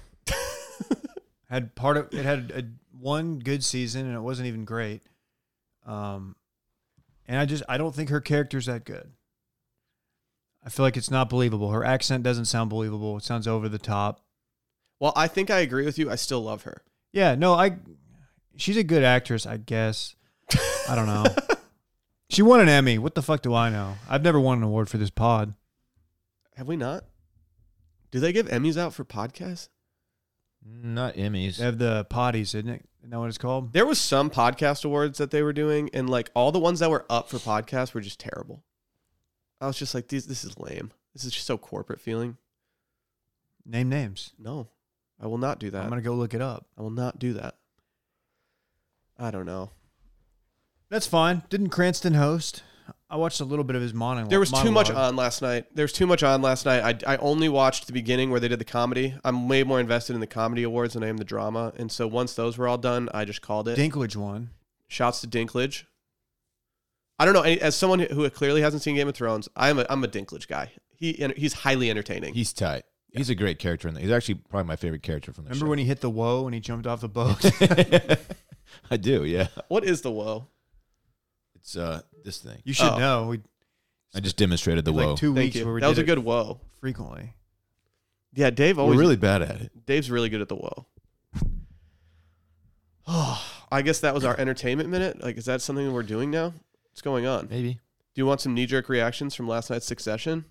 had part of it had a, one good season and it wasn't even great. Um, and I just I don't think her character's that good. I feel like it's not believable. Her accent doesn't sound believable. It sounds over the top. Well, I think I agree with you. I still love her. Yeah, no, I. She's a good actress, I guess. I don't know. she won an Emmy. What the fuck do I know? I've never won an award for this pod. Have we not? Do they give Emmys out for podcasts? Not Emmys. They have the potties, isn't it? Isn't that what it's called? There was some podcast awards that they were doing, and like all the ones that were up for podcasts were just terrible. I was just like, these this is lame. This is just so corporate feeling. Name names. No, I will not do that. I'm gonna go look it up. I will not do that. I don't know. That's fine. Didn't Cranston host? I watched a little bit of his monologue. There was too much monologue. on last night. There was too much on last night. I, I only watched the beginning where they did the comedy. I'm way more invested in the comedy awards than I am the drama. And so once those were all done, I just called it. Dinklage won. Shouts to Dinklage. I don't know. As someone who clearly hasn't seen Game of Thrones, I'm a I'm a Dinklage guy. He he's highly entertaining. He's tight. He's a great character in that. He's actually probably my favorite character from the Remember show. when he hit the whoa and he jumped off the boat? I do, yeah. what is the woe? It's uh this thing. you should Oh. know. We I just demonstrated the woe. like two Thank weeks where you. we That was did a good whoa. it frequently. Yeah, Dave We're always really bad at it. Dave's really good at the whoa. I guess that was our entertainment minute. Like, is that something we're doing now? What's going on? Do Maybe. you want some knee jerk reactions from last night's Succession?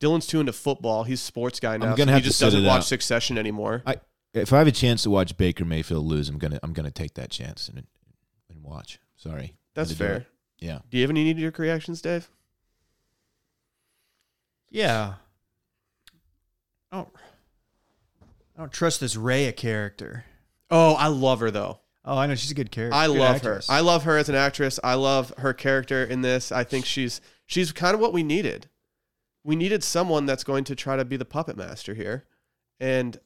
Dylan's too into football. He's a sports guy now. gonna so have he to just sit doesn't it watch out. Succession anymore. I if I have a chance to watch Baker Mayfield lose, I'm gonna I'm gonna take that chance and and watch. Sorry. That's Had to do fair. it. Yeah. Do you have any knee jerk reactions, Dave? Yeah. I don't, I don't trust this Raya character. Oh, I love her though. Oh, I know she's a good character. I Good love actress. her. I love her as an actress. I love her character in this. I think she's she's kind of what we needed. We needed someone that's going to try to be the puppet master here, and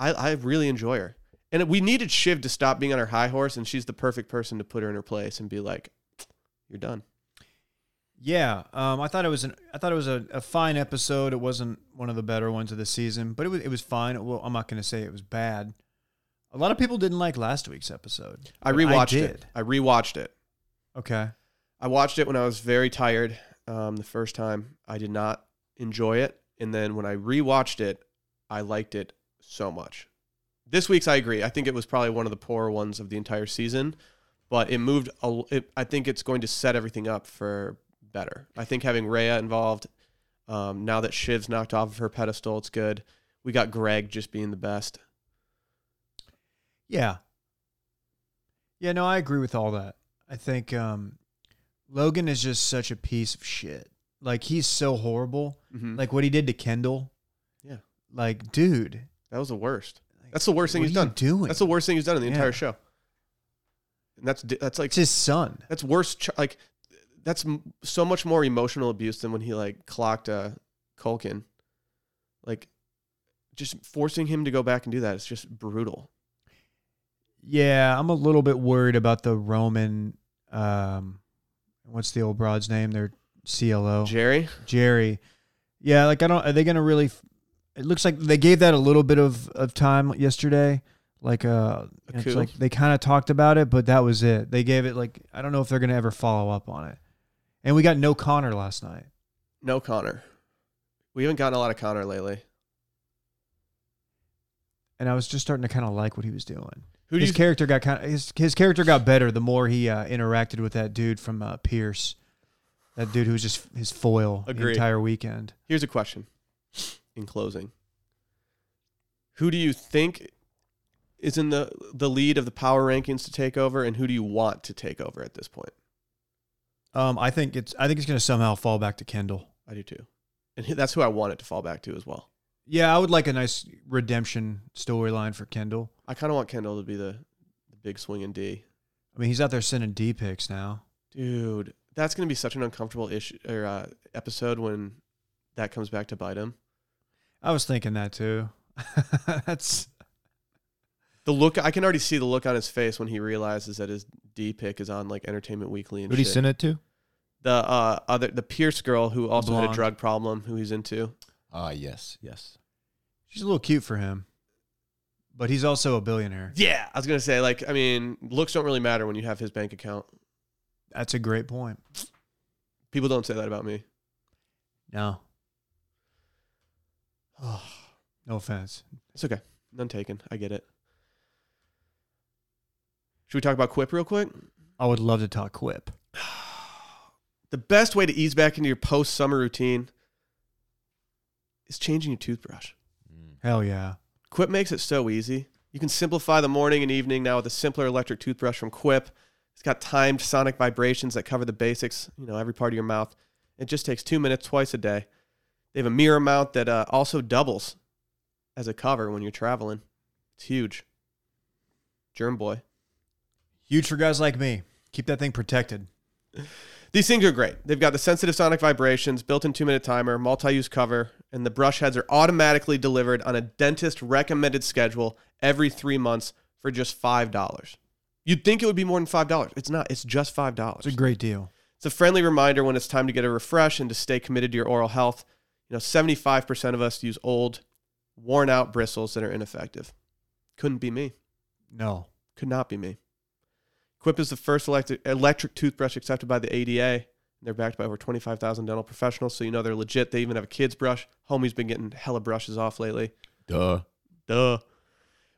I I really enjoy her. And we needed Shiv to stop being on her high horse, and she's the perfect person to put her in her place and be like, "You're done." yeah, um, I thought it was an I thought it was a, a fine episode. It wasn't one of the better ones of the season, but it was it was fine. Well, I'm not going to say it was bad. A lot of people didn't like last week's episode. I but rewatched it. did. I rewatched it. Okay. I watched it when I was very tired um, the first time. I did not enjoy it. And then when I rewatched it, I liked it so much. This week's, I agree. I think it was probably one of the poorer ones of the entire season, but it moved. A, it, I think it's going to set everything up for better. I think having Rhea involved, um, now that Shiv's knocked off of her pedestal, it's good. We got Greg just being the best. Yeah. Yeah, no, I agree with all that. I think um, Logan is just such a piece of shit. Like he's so horrible. Mhm. Like what he did to Kendall. Yeah. Like, dude. That was the worst. That's the worst thing what he's are you done. Doing That's the worst thing he's done in the Yeah. entire show. And that's that's like It's his son. That's worse. Ch- like that's m- so much more emotional abuse than when he like clocked uh, Culkin. Like just forcing him to go back and do that. It's just brutal. Yeah, I'm a little bit worried about the Roman. Um, what's the old broad's name? Their CLO Jerry, Jerry. Yeah, like I don't. Are they gonna really? f- It looks like they gave that a little bit of of time yesterday. Like uh, A it's coup. like they kind of talked about it, but that was it. They gave it like I don't know if they're gonna ever follow up on it. And we got no Connor last night. no Connor. We haven't gotten a lot of Connor lately. And I was just starting to kind of like what he was doing. Who do his you? character got kind of his, his character got better the more he uh, interacted with that dude from uh, Pierce, that dude who was just his foil the Agreed. entire weekend. here's a question. In closing, who do you think is in the the lead of the power rankings to take over, and who do you want to take over at this point? Um, I think it's I think it's going to somehow fall back to Kendall. I do too, and he- that's who I want it to fall back to as well. Yeah, I would like a nice redemption storyline for Kendall. I kind of want Kendall to be the, the big swinging D, I mean, he's out there sending D pics now. dude. That's gonna be such an uncomfortable issue or uh, episode when that comes back to bite him. I was thinking that too. That's The look I can already see the look on his face when he realizes that his D pick is on like Entertainment Weekly and Who'd he shit. send it to? the uh, other the Pierce girl who also had a Blonde. drug problem who he's into. Ah, yes, yes. she's a little cute for him, but he's also a billionaire. Yeah, I was gonna say like I mean looks don't really matter when you have his bank account. That's a great point. People don't say that about me. No, no offense. It's okay, none taken. I get it. Should we talk about Quip real quick? I would love to talk Quip. The best way to ease back into your post summer routine is changing your toothbrush. Mm, Hell yeah. Quip makes it so easy. You can simplify the morning and evening now with a simpler electric toothbrush from Quip. It's got timed sonic vibrations that cover the basics, you know, every part of your mouth. It just takes two minutes twice a day. They have a mirror mount that uh, also doubles as a cover when you're traveling. It's huge. Germ boy. Huge for guys like me. Keep that thing protected. These things are great. They've got the sensitive sonic vibrations, built in two minute timer, multi use cover, and the brush heads are automatically delivered on a dentist recommended schedule every three months for just $5. You'd think it would be more than $5. It's not, it's just $5. It's a great deal. It's a friendly reminder when it's time to get a refresh and to stay committed to your oral health. You know, 75% of us use old, worn out bristles that are ineffective. Couldn't be me No. could not be me. Quip is the first electric, electric toothbrush accepted by the ADA. They're backed by over 25,000 dental professionals, so you know they're legit. They even have a kid's brush. Homie's been getting hella brushes off lately. Duh. Duh.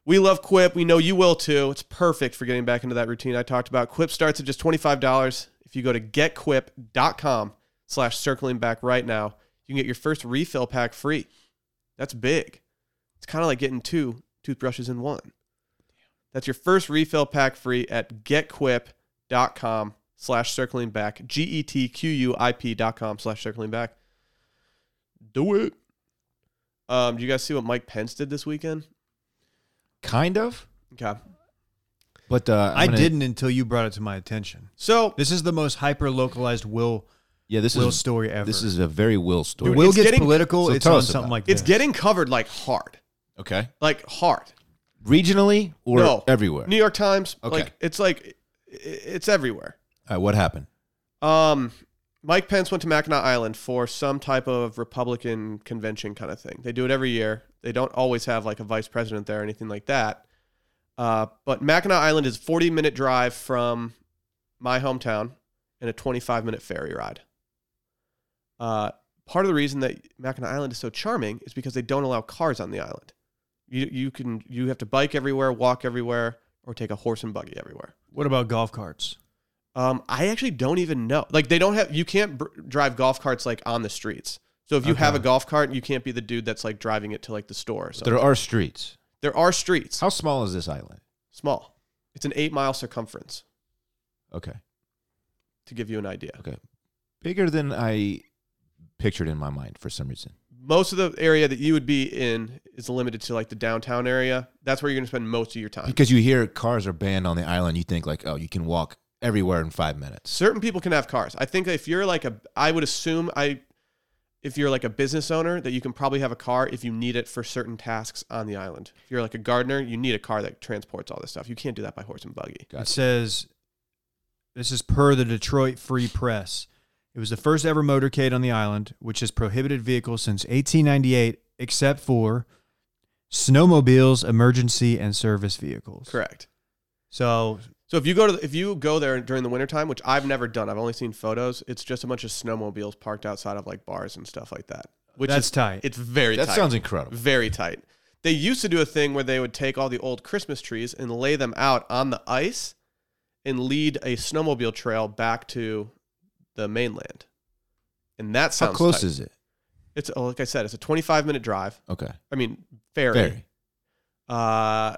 We love Quip. We know you will too. It's perfect for getting back into that routine I talked about. Quip starts at just $25. If you go to getquip.com slash circling back right now, you can get your first refill pack free. That's big. It's kind of like getting two toothbrushes in one. That's your first refill pack free at getquip.com slash circling back. G E T Q U I P dot com slash circling back. Do it. Um, do you guys see what Mike Pence did this weekend? Kind of, Okay. but uh, I'm I gonna- didn't until you brought it to my attention. So This is the most hyper localized Will Yeah, this Will is story ever. this is a very Will story. Will It's gets getting- political. So it's tell on us something about like it's this. getting covered like hard, okay, like hard. regionally or no, everywhere. New York Times. Okay. Like it's like i- it's everywhere. All right, what happened? Um, Mike Pence went to Mackinac Island for some type of Republican convention kind of thing. They do it every year. They don't always have like a vice president there or anything like that. Uh, but Mackinac Island is a 40 minute drive from my hometown and a 25 minute ferry ride. Uh, part of the reason that Mackinac Island is so charming is because they don't allow cars on the island. You, you can you have to bike everywhere, walk everywhere, or take a horse and buggy everywhere. What about golf carts? Um, I actually don't even know. Like they don't have you can't br- drive golf carts like on the streets. So if you have a Okay. golf cart, you can't be the dude that's like driving it to like the store. So There are streets. there are streets. How small is this island? Small. It's an eight mile circumference. Okay, To give you an idea, bigger than I pictured in my mind for some reason. most of the area that you would be in is limited to like the downtown area. That's where you're gonna spend most of your time. Because you hear cars are banned on the island, you think like, oh, you can walk everywhere in five minutes. certain people can have cars. I think if you're like a, I would assume I, if you're like a business owner, that you can probably have a car if you need it for certain tasks on the island. If you're like a gardener, you need a car that transports all this stuff. You can't do that by horse and buggy. Gotcha. It says this is per the Detroit Free Press. It was the first ever motorcade on the island, which has prohibited vehicles since 1898, except for snowmobiles, emergency, and service vehicles. Correct. So So if you go to if you go there during the wintertime, which I've never done, I've only seen photos. It's just a bunch of snowmobiles parked outside of like bars and stuff like that. Which that's is tight. it's very That tight. sounds incredible. very tight. They used to do a thing where they would take all the old Christmas trees and lay them out on the ice and lead a snowmobile trail back to the mainland. And that sounds How close tight. is it? it's oh, like I said, it's a 25 minute drive. Okay, I mean, ferry. very. Uh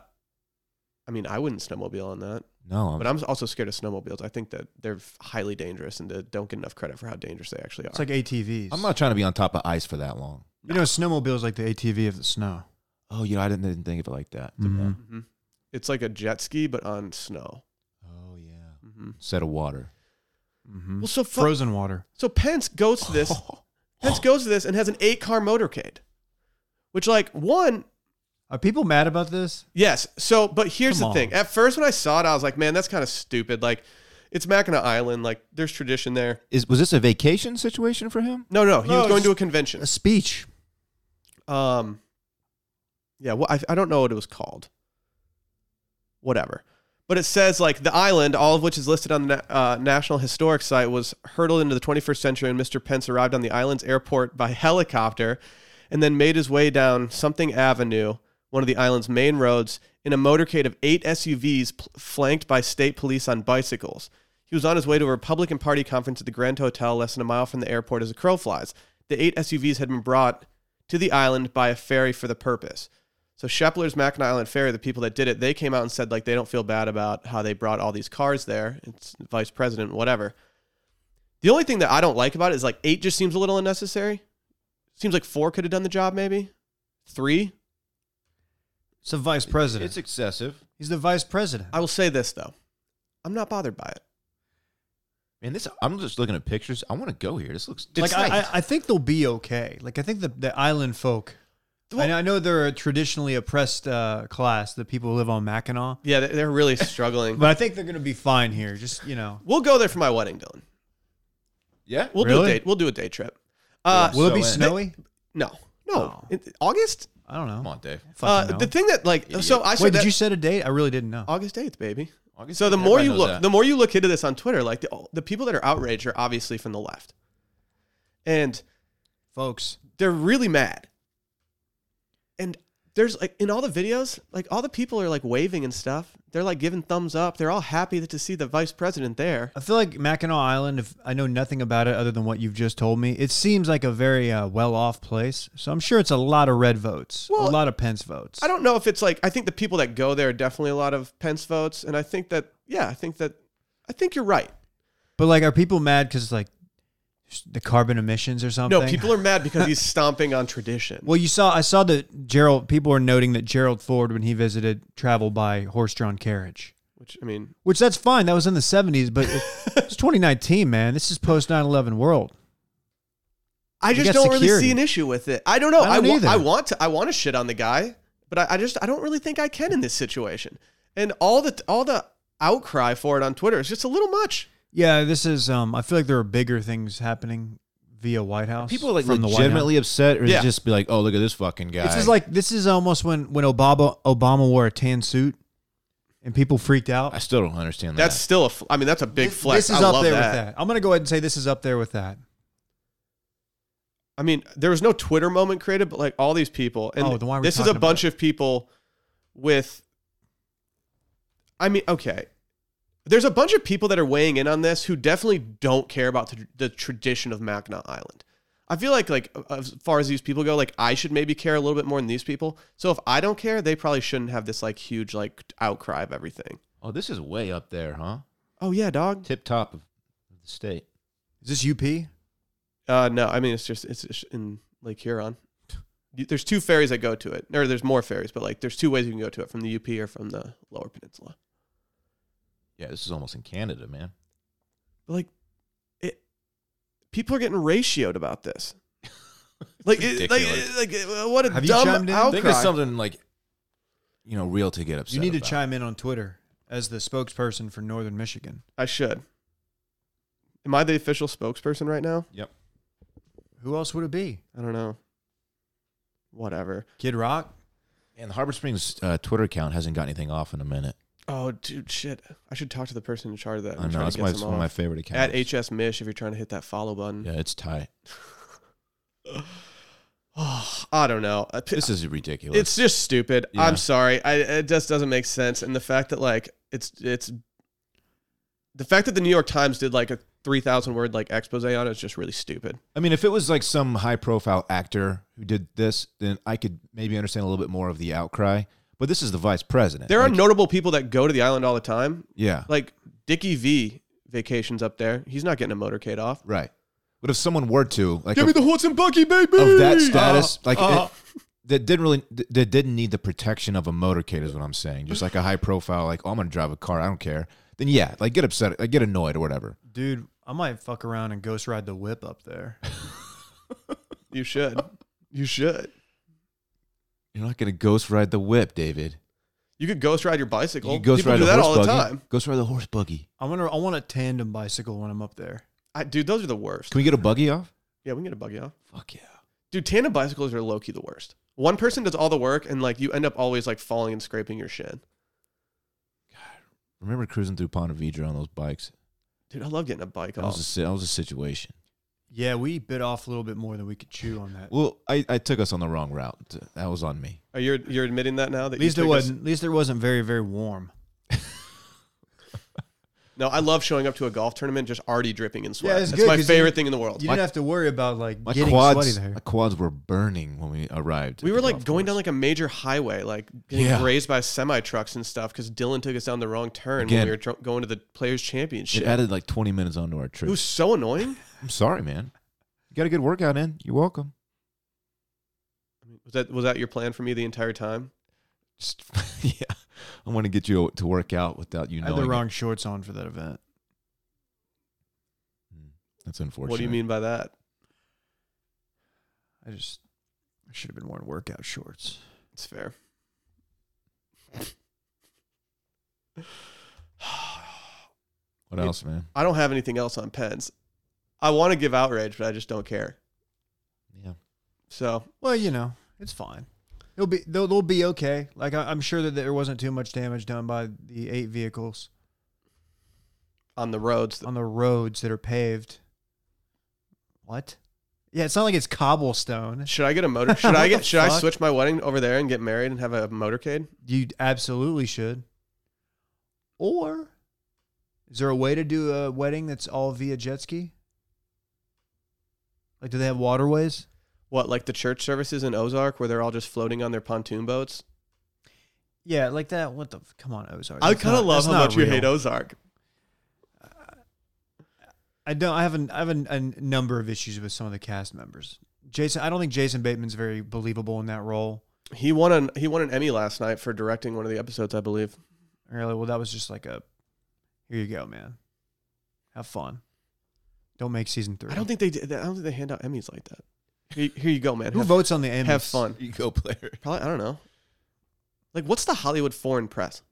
I mean, I wouldn't snowmobile on that. No, I'm, But I'm also scared of snowmobiles. I think that they're highly dangerous and uh, don't get enough credit for how dangerous they actually are. It's like ATVs. I'm not trying to be on top of ice for that long. You know, a snowmobile is like the ATV of the snow. Oh, you know, I didn't, didn't think of it like that. Mhm. Mhm. It's like a jet ski, but on snow. Oh yeah, hmm set of water. Mm-hmm. Mhm. Well, so fu- Frozen water. so Pence goes to Oh. this. Pence goes to this and has an eight car motorcade, which like one Are people mad about this? Yes. So, but here's Come the on. thing. At first, when I saw it, I was like, man, that's kind of stupid. Like, it's Mackinac Island. Like, there's tradition there. Is was this a vacation situation for him? No, no, he No, was going it's- to a convention. A speech. Um, yeah. Well, I, I don't know what it was called. Whatever. But it says like the island, all of which is listed on the na- uh, National Historic Site, was hurtled into the 21st century, and Mr. Pence arrived on the island's airport by helicopter, and then made his way down Something Avenue, one of the island's main roads, in a motorcade of eight SUVs pl- flanked by state police on bicycles. He was on his way to a Republican Party conference at the Grand Hotel, less than a mile from the airport, as a crow flies. The eight SUVs had been brought to the island by a ferry for the purpose. So Shepler's Mackinac Island Ferry, the people that did it, they came out and said like they don't feel bad about how they brought all these cars there. It's vice president, whatever. The only thing that I don't like about it is like eight just seems a little unnecessary. Seems like four could have done the job, maybe three. It's the vice president. It's excessive. He's the vice president. I will say this though, I'm not bothered by it. Man, this I'm just looking at pictures. I want to go here. This looks like it's I, I, nice. I think they'll be okay. Like I think the, the island folk. I, know, I know they're a traditionally oppressed uh, class, the people who live on Mackinac. Yeah, they- they're really struggling. But I think they're gonna be fine here. Just you know, we'll go there for my wedding, Dylan. yeah. We'll do a Really? date. We'll do a day trip. Uh, Yeah. will it be So, uh, snowy? no, no, Oh. In- August. I don't know. Come on, Dave. Uh, Fucking know. the thing that like so I said Wait, that- did you set a date? I really didn't know. August 8th, baby. August so the 8th, more everybody you knows look, that. the more you look into this on Twitter, like the, the people that are outraged are obviously from the left. And Folks, they're really mad. And there's like in all the videos, like all the people are like waving and stuff. They're like giving thumbs up. They're all happy to see the vice president there. I feel like Mackinac Island. If I know nothing about it other than what you've just told me, it seems like a very uh, well-off place. So I'm sure it's a lot of red votes, Well, a lot of Pence votes. I don't know if it's like I think the people that go there are definitely a lot of Pence votes and I think that yeah, I think that I think you're right. But like, are people mad because like the carbon emissions or something? No, people are mad because he's stomping on tradition. Well, you saw I saw that Gerald. People are noting that Gerald Ford, when he visited, traveled by horse-drawn carriage. which I mean, Which that's fine. That was in the '70s, but it- it's 2019, man. This is post 9/11 world. I You just got don't really security. see an issue with it. I don't know. I I, don't wa- either. I want to. I want to shit on the guy, but I, I just I don't really think I can in this situation. And all the all the outcry for it on Twitter is just a little much. Yeah, this is. Um, I feel like there are bigger things happening via White House. People are like from the White House. legitimately upset, or Yeah. just be like, "Oh, look at this fucking guy." This is like this is almost when when Obama Obama wore a tan suit, and people freaked out. I still don't understand that. That's still a. fl- I mean, that's a big This- flex. This is I up love there that. with that. I'm gonna go ahead and say this is up there with that. I mean, there was no Twitter moment created, but like all these people, and Oh, then why are we this is a talking about bunch of people with. I mean, okay. There's a bunch of people that are weighing in on this who definitely don't care about the, the tradition of Mackinac Island. I feel like, like as far as these people go, like I should maybe care a little bit more than these people. So if I don't care, they probably shouldn't have this like huge like outcry of everything. oh, this is way up there, huh? Oh yeah, dog. Tip top of the state. Is this UP? Uh, no, I mean it's just it's just in Lake Huron. You- There's two ferries that go to it, or there's more ferries, but like there's two ways you can go to it from the UP or from the Lower Peninsula. Yeah, this is almost in Canada, man. But like, it people are getting ratioed about this. Like, it, like, Ridiculous. it- like, uh, what a Have you dumb chimed in? outcry. Think of something like, you know, real to get upset. You need to about. chime in on Twitter as the spokesperson for Northern Michigan. I should. Am I the official spokesperson right now? Who else would it be? I don't know. Whatever. Kid Rock? And the Harbor Springs uh, Twitter account hasn't got anything off in a minute. Oh, dude, shit. I should talk to the person in charge of that. I and try know to that's get my, some it's one of my off. favorite accounts. At HS Mish, if you're trying to hit that follow button. yeah, it's tight. Oh, I don't know. Uh, p- This is ridiculous. It's just stupid. Yeah. I'm sorry. I it just doesn't make sense. And the fact that like it's it's the fact that the New York Times did like a three thousand word like expose on it is just really stupid. I mean, if it was like some high profile actor who did this, then I could maybe understand a little bit more of the outcry. But this is the vice president. There are Like, notable people that go to the island all the time. yeah, Like Dickie V vacations up there. He's not getting a motorcade off. right. But if someone were to like Give a- me the Horse and Buggy, baby. of that status, like uh. it, that didn't really th- that didn't need the protection of a motorcade is what I'm saying. Just like a high profile, like oh, I'm gonna drive a car, I don't care. Then yeah, like get upset, like get annoyed or whatever. Dude, I might fuck around and ghost ride the whip up there. You should. You should. You're not gonna ghost ride the whip, David. You could ghost ride your bicycle. You ghost people ride do a that horse all the buggy. time. Ghost ride the horse buggy. I want to. I want a tandem bicycle when I'm up there. I, dude, those are the worst. Can we get a buggy off? yeah, we can get a buggy off. Fuck yeah. Dude, tandem bicycles are low key the worst. One person does all the work, and like you end up always like falling and scraping your shin. Remember cruising through Ponte Vedra on those bikes? Dude, I love getting a bike That off. was a si- that was a situation. Yeah, we bit off a little bit more than we could chew on that. Well, I, I took us on the wrong route. That was on me. Are you you're admitting that now? That At you least it took us- wasn't. At least there wasn't very very warm. No, I love showing up to a golf tournament just already dripping in sweat. Yeah, it's That's good my 'cause favorite you- thing in the world. You My- didn't have to worry about like My getting quads, sweaty there. my quads were burning when we arrived. we at were the like golf going course. down like a major highway, like getting Yeah. grazed by semi trucks and stuff because Dylan took us down the wrong turn when Again. we were tr- going to the Players Championship. It added like 20 minutes onto our it trip. was so annoying. I'm sorry, man. You got a good workout in. You're welcome. Was that was that your plan for me the entire time? Just, yeah. I want to get you to work out without you I had knowing. the it. wrong shorts on for that event. Hmm. That's unfortunate. What do you mean by that? I just I should have been wearing workout shorts. It's fair. What It- else, man? I don't have anything else on pens. I want to give outrage, but I just don't care. Yeah. So Well, you know, it's fine. It'll be they'll, they'll be okay. Like I, I'm sure that there wasn't too much damage done by the eight vehicles on the roads, on the roads that are paved. What? Yeah, it's not like it's cobblestone. should I get a motor? Should I What get? the Should I fuck? switch my wedding over there and get married and have a motorcade? You absolutely should. Or is there a way to do a wedding that's all via jet ski? Like, do they have waterways? What like the church services in Ozark where they're all just floating on their pontoon boats? Yeah, like that. What the? Come on, Ozark. I That's kind of not- love that's how not much you real. hate Ozark. I don't. I have an. I have an, a number of issues with some of the cast members. Jason, I don't think Jason Bateman's very believable in that role. He won an he won an Emmy last night for directing one of the episodes, I believe. Really, well, that was just like a. Here you go, man. Have fun. Don't make season three. I don't think they did, I don't think they hand out Emmys like that. Here, here you go, man. Who have, votes on the Emmys? have fun. Ego player. Probably I don't know. Like what's the Hollywood foreign press?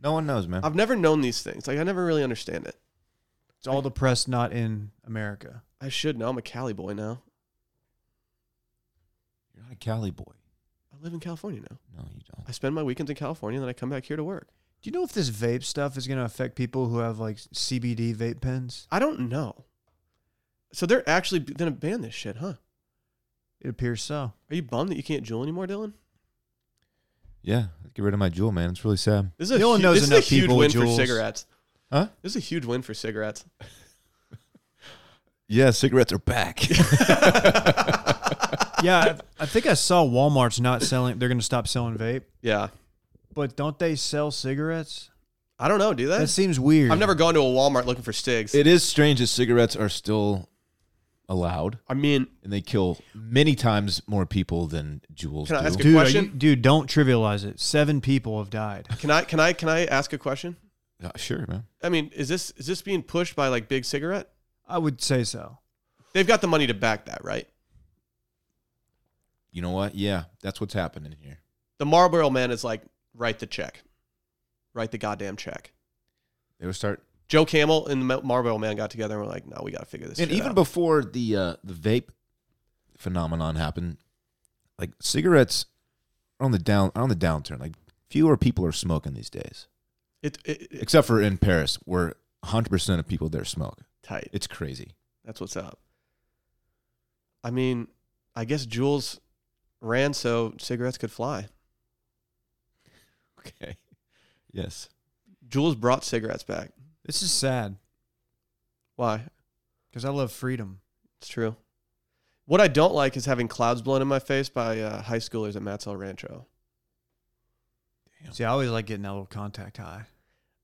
No one knows, man. I've never known these things. Like I never really understand it. It's all the press not in America. I should know. I'm a Cali boy now. You're not a Cali boy. I live in California now. No, you don't. I spend my weekends in California, and then I come back here to work. Do you know if this vape stuff is going to affect people who have like CBD vape pens? I don't know. So they're actually b- gonna ban this shit, huh? It appears so. Are you bummed that you can't jewel anymore, Dylan? Yeah. Get rid of my jewel, man. It's really sad. This is a, Dylan hu- knows this is a enough huge people with win for jewels. cigarettes. Huh? This is a huge win for cigarettes. Yeah, cigarettes are back. Yeah, I, I think I saw Walmart's not selling. They're going to stop selling vape, Yeah. but don't they sell cigarettes? I don't know, do they? That seems weird. I've never gone to a Walmart looking for stigs. it is strange that cigarettes are still allowed I mean, and they kill many times more people than jewels Can I do. ask a- dude, are question? you- dude, don't trivialize it. Seven people have died. can I can I can I ask a question? Uh, sure, man. I mean, is this is this being pushed by like big cigarette? I would say so. They've got the money to back that, right? You know what? Yeah, that's what's happening here. The Marlboro man is like, write the check, write the goddamn check. They would start Joe Camel and the Mar- Marlboro man got together and were like, no, we got to figure this. and shit even out. before the uh, the vape phenomenon happened, like cigarettes are on the down are on the downturn. Like fewer people are smoking these days, It, it, it- except for in Paris, where 100 percent of people there smoke. tight. It's crazy. That's what's up. I mean, I guess Jules ran so cigarettes could fly. Okay. Yes. Jules brought cigarettes back. This is sad Why? because I love freedom. It's true. What I don't like is having clouds blown in my face by uh, high schoolers at Matt's El Rancho. Yeah. See, I always like getting that little contact high.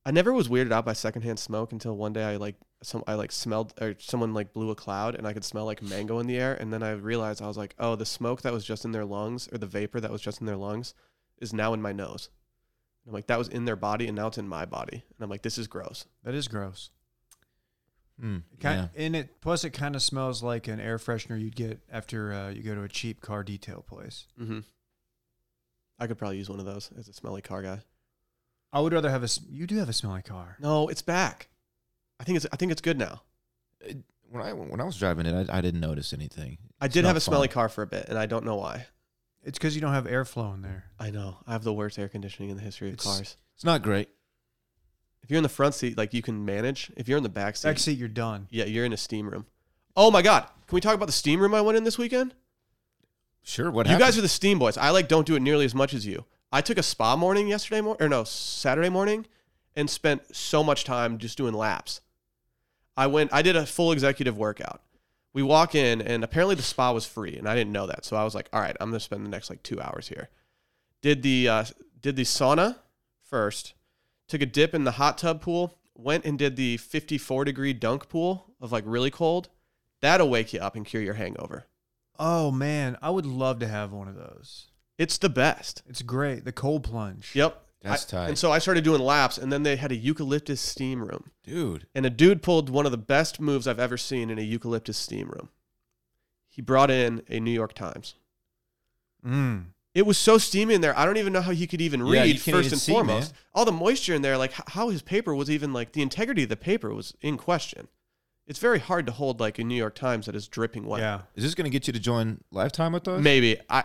I never was weirded out by secondhand smoke until one day I like some I like smelled or someone like blew a cloud and I could smell like mango in the air and then I realized I was like, oh, the smoke that was just in their lungs or the vapor that was just in their lungs is now in my nose. And I'm like, that was in their body and now it's in my body. And I'm like, this is gross. That is gross. Hmm. It kind and it plus it kind of smells like an air freshener you'd get after uh, you go to a cheap car detail place. Mm-hmm. I could probably use one of those as a smelly car guy. I would rather have a. s- You do have a smelly car. No, it's back. I think it's I think it's good now. yeah. It- Uh, when I when I was driving it, I, I didn't notice anything. I It's did not have a smelly fun. car for a bit and I don't know why. It's because you don't have airflow in there. I know. I have the worst air conditioning in the history of It's- cars. It's not great. If you're in the front seat, like you can manage. If you're in the back seat, Back seat, you're done. yeah, you're in a steam room. Oh my god! Can we talk about the steam room I went in this weekend? Sure, what you happened? guys are the steam boys. I like don't do it nearly as much as you. I took a spa morning yesterday morning, or no, Saturday morning, and spent so much time just doing laps. I went. I did a full executive workout. We walk in, and apparently the spa was free, and I didn't know that. So I was like, all right, I'm gonna spend the next like two hours here. Did the uh, did the sauna first. Took a dip in the hot tub pool. Went and did the 54 degree dunk pool of like really cold. That'll wake you up and cure your hangover. Oh man, I would love to have one of those. It's the best. It's great. The cold plunge. Yep. That's I- tight. And so I started doing laps, and then they had a eucalyptus steam room. Dude, And a dude pulled one of the best moves I've ever seen in a eucalyptus steam room. He brought in a New York Times. Mm. It was so steamy in there. I don't even know how he could even Yeah, read, you can't first even and see, foremost. man. All the moisture in there, like h- how his paper was even like the integrity of the paper was in question. It's very hard to hold like a New York Times that is dripping wet. Yeah. is this going to get you to join Lifetime with us? Maybe. I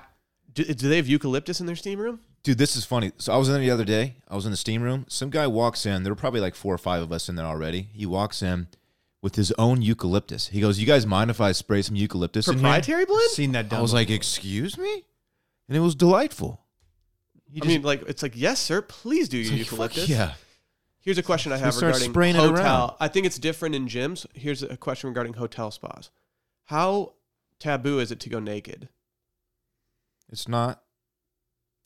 do, do they have eucalyptus in their steam room? Dude, this is funny. So I was in there the other day. I was in the steam room. Some guy walks in. There were probably like four or five of us in there already. He walks in with his own eucalyptus. He goes, "You guys mind if I spray some eucalyptus in here?" Proprietary blend? Seen that done. I was like, "Excuse me," and it was delightful. You I mean, like it's like yes, sir. Please do your eucalyptus. yeah, Here's a question I So have start regarding spraying it around. hotel. I think it's different in gyms. Here's a question regarding hotel spas. How taboo is it to go naked? it's not.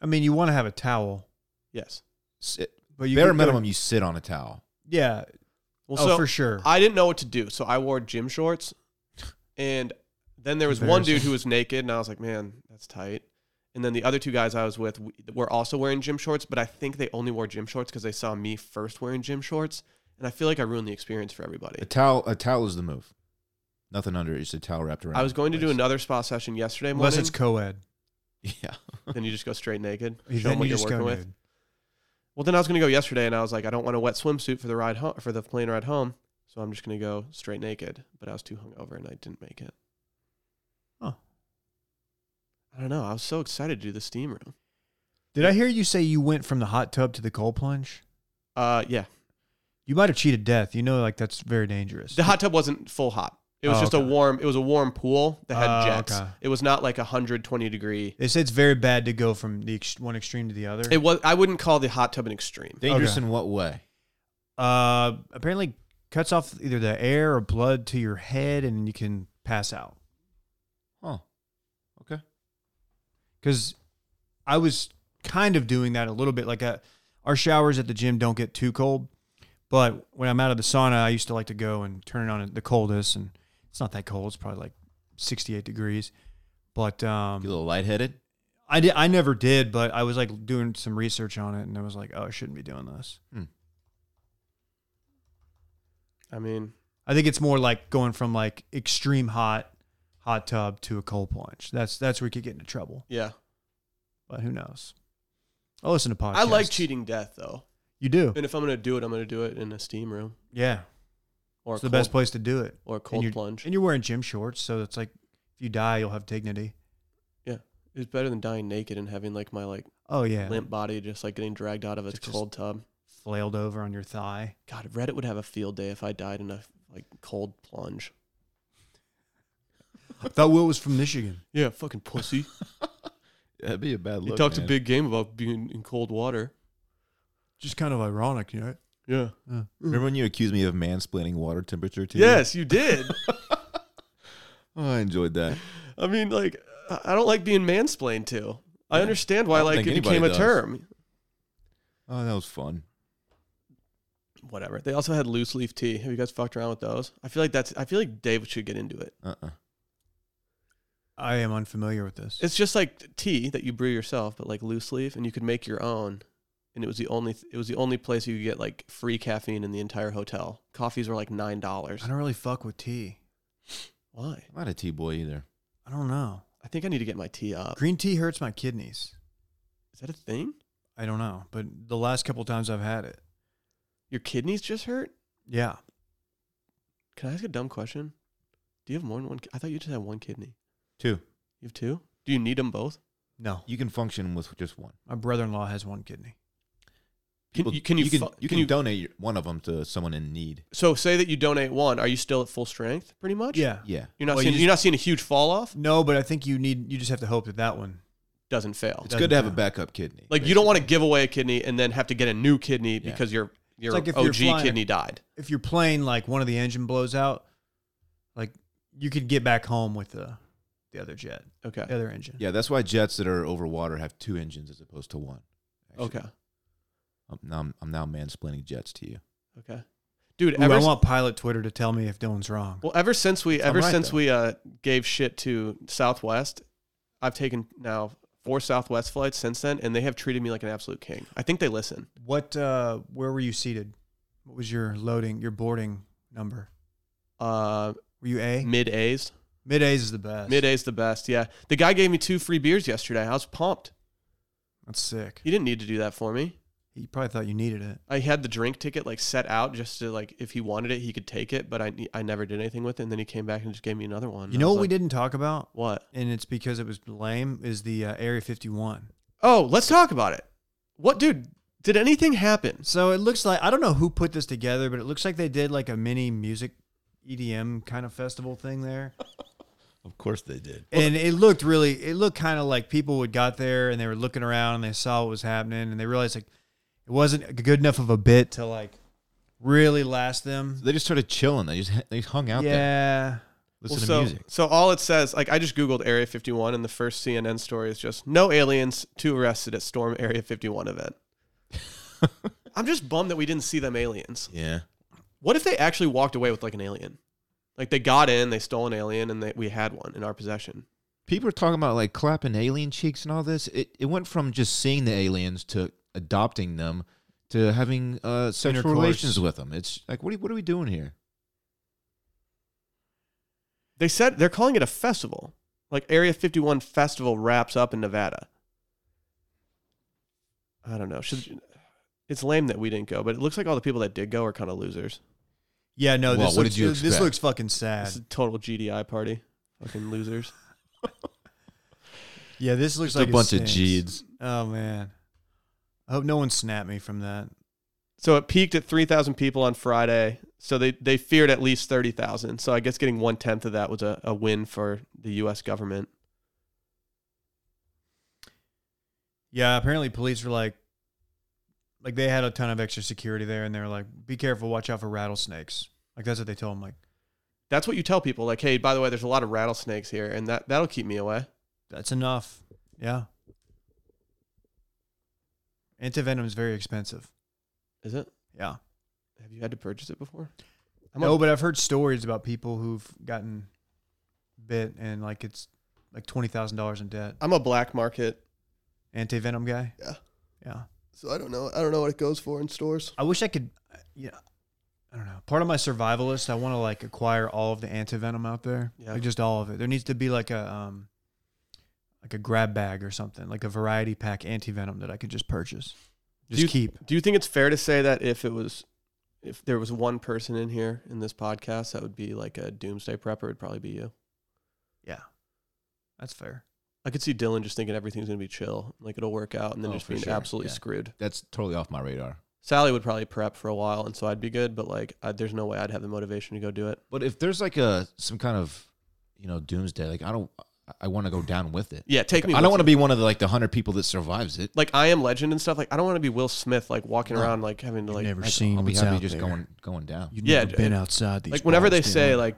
I mean, you want to have a towel, Yes. Sit, but you bare could go- minimum, you sit on a towel. Yeah. Well, oh, so for sure. I didn't know what to do, so I wore gym shorts, and then there was one dude who was naked, and I was like, man, that's tight. And then the other two guys I was with w- were also wearing gym shorts, but I think they only wore gym shorts because they saw me first wearing gym shorts, and I feel like I ruined the experience for everybody. A towel, a towel is the move. Nothing under it. Just a towel wrapped around. I was going to do another. another spa session yesterday morning. Unless it's co-ed. Yeah. then you just go straight naked. Then Show 'em what you you're just go working with. nude. Well, then I was gonna go yesterday, and I was like, I don't want a wet swimsuit for the ride home for the plane ride home, so I'm just gonna go straight naked. But I was too hungover, and I didn't make it. Huh. I don't know. I was so excited to do the steam room. Did I hear you say you went from the hot tub to the cold plunge? Uh, yeah, You might have cheated death. You know, like that's very dangerous. the hot tub wasn't full hot. It was Oh, just a okay. warm. It was a warm pool that had Oh, jets. okay. It was not like 120 degree. They say it's very bad to go from the ex- one extreme to the other. It was. I wouldn't call the hot tub an extreme. Dangerous Okay. in what way? uh, apparently cuts off either the air or blood to your head, and you can pass out. Huh. Okay. Because I was kind of doing that a little bit. Like uh our showers at the gym don't get too cold, but when I'm out of the sauna, I used to like to go and turn it on at the coldest, and it's not that cold. It's probably like 68 degrees, but um, You a little lightheaded. I did. I never did, but I was like doing some research on it, and I was like, oh, I shouldn't be doing this. I mean, I think it's more like going from like extreme hot hot tub to a cold plunge. That's that's where you could get into trouble. yeah. But who knows? I listen to podcasts. I like cheating death though, You do. and if I'm gonna do it, I'm gonna do it in a steam room Yeah. or It's a the best cold- place to do it. or a And cold you're- plunge. And you're wearing gym shorts, so it's like if you die, you'll have dignity. It's better than dying naked and having like my like Oh yeah. limp body just like getting dragged out of a Just- cold tub. Flailed over on your thigh. God, Reddit would have a field day if I died in a like cold plunge. I thought Will was from Michigan. Yeah, fucking pussy. That'd be a bad he talks a big game about being in cold water. Just kind of ironic, you know. Yeah. Remember when you accused me of mansplaining water temperature to you? Yes, you did. Oh, I enjoyed that. I mean, like, I I don't like being mansplained to. I Yeah. understand why, I don't like, think it anybody became a does. term. Oh, that was fun. Whatever. They also had loose leaf tea. Have you guys fucked around with those? I feel like that's. I feel like Dave should get into it. Uh-uh. I am unfamiliar with this. It's just like tea that you brew yourself, but like loose leaf, and you could make your own. And it was the only. It was the only place you could get like free caffeine in the entire hotel. Coffees were like nine dollars. I don't really fuck with tea. Why? I'm not a tea boy either. I don't know. I think I need to get my tea up. Green tea hurts my kidneys. Is that a thing? I don't know, but the last couple times I've had it, Your kidneys just hurt? yeah, Can I ask a dumb question? Do you have more than one? ki- I thought you just had one kidney. Two. You have two. Do you need them both? no. You can function with just one. My brother-in-law has one kidney. Can you- can you can, fu- you can can you- donate your- one of them to someone in need. So say that you donate one. Are you still at full strength? Pretty much. Yeah. Yeah. You're not Well, you seeing. just- You are not seeing a huge fall off. No, but I think you need. You just have to hope that that one. Doesn't fail. It's good to have a count. backup kidney. Like you don't want to give away a kidney and then have to get a new kidney Yeah. because your your like if you're OG flying- kidney died. If you're playing like one of the engine blows out, like you could get back home with the the other jet, Okay. the other engine. Yeah, that's why jets that are over water have two engines as opposed to one. actually. Okay. I'm now, I'm, I'm now mansplaining jets to you. Okay. Dude, Ooh, ever I s- want Pilot Twitter to tell me if Dylan's wrong. well, ever since we It's ever alright, since though. we uh gave shit to Southwest, I've taken now four Southwest flights since then, and they have treated me like an absolute king. I think they listen. What? uh Where were you seated? What was your loading? Your boarding number? Uh, Were you A? mid A's, Mid A's is the best. mid A's the best. Yeah, the guy gave me two free beers yesterday. I was pumped. That's sick. He didn't need to do that for me. You probably thought you needed it. I had the drink ticket like set out just to like if he wanted it, he could take it, but I I never did anything with it. And then he came back and just gave me another one. You know what we didn't talk about, What? and it's because it was lame, is the uh, Area 51. Oh, let's talk about it. What, dude? Did anything happen? So it looks like I don't know who put this together, but it looks like they did like a mini music EDM kind of festival thing there. Of course they did. And it looked really, it looked kind of like people would got there and they were looking around and they saw what was happening and they realized like it wasn't good enough of a bit to like really last them. They just started chilling. They just they hung out there, Yeah, listen Well, to so, music. so all it says, like I just googled Area 51, and the first CNN story is just no aliens, two arrested at Storm Area 51 event. I'm just bummed that we didn't see them aliens. Yeah. What if they actually walked away with like an alien? Like they got in, they stole an alien, and they, we had one in our possession. People are talking about like clapping alien cheeks and all this. It it went from just seeing the aliens to adopting them to having uh, sexual Intercourse. relations with them. It's like what are, what are we doing here? They said they're calling it a festival. Like Area 51 festival wraps up in Nevada. I don't know. Should, it's lame that we didn't go, but it looks like all the people that did go are kind of losers. yeah. No, Well, this what looks, did you this expect? looks fucking sad. This is a total GDI party. Fucking losers. Yeah, this looks Just like a it bunch of stinks. Jeeds. Oh man, I hope no one snapped me from that. So it peaked at 3,000 people on Friday. So they, they feared at least 30,000. So I guess getting one tenth of that was a, a win for the U.S. government. Yeah, apparently police were like, like they had a ton of extra security there, and they were like, "Be careful, watch out for rattlesnakes." Like that's what they told them. Like That's what you tell people. Like, hey, by the way, there's a lot of rattlesnakes here, and that, that'll keep me away. that's enough. Yeah. Antivenom is very expensive. Is it? Yeah. Have you had to purchase it before? I'm No, a- but I've heard stories about people who've gotten bit and like it's like twenty thousand dollars in debt. I'm a black market, Antivenom guy. Yeah. Yeah. so I don't know. I don't know what it goes for in stores. I wish I could. Yeah, I don't know. Part of my survivalist, I want to like acquire all of the antivenom out there, Yeah. like just all of it. There needs to be like a um, like a grab bag or something, like a variety pack antivenom that I could just purchase, Do just you- keep. Do you think it's fair to say that if it was, if there was one person in here in this podcast that would be like a doomsday prepper, it'd probably be you. Yeah, that's fair. I could see Dylan just thinking everything's gonna be chill, like it'll work out, and then Oh, just for being sure, absolutely yeah. screwed. That's totally off my radar. Sally would probably prep for a while, and so I'd be good. But like, I, there's no way I'd have the motivation to go do it. But if there's like a some kind of you know doomsday, like I don't, I want to go down with it. Yeah, take me. I don't want to be one of the like the hundred people that survives it. like I am Legend and stuff. Like I don't want to be Will Smith, like walking No. around like having to like never Like, I'll be happy just going going down. You've Yeah, never d- been outside these. like whenever they say like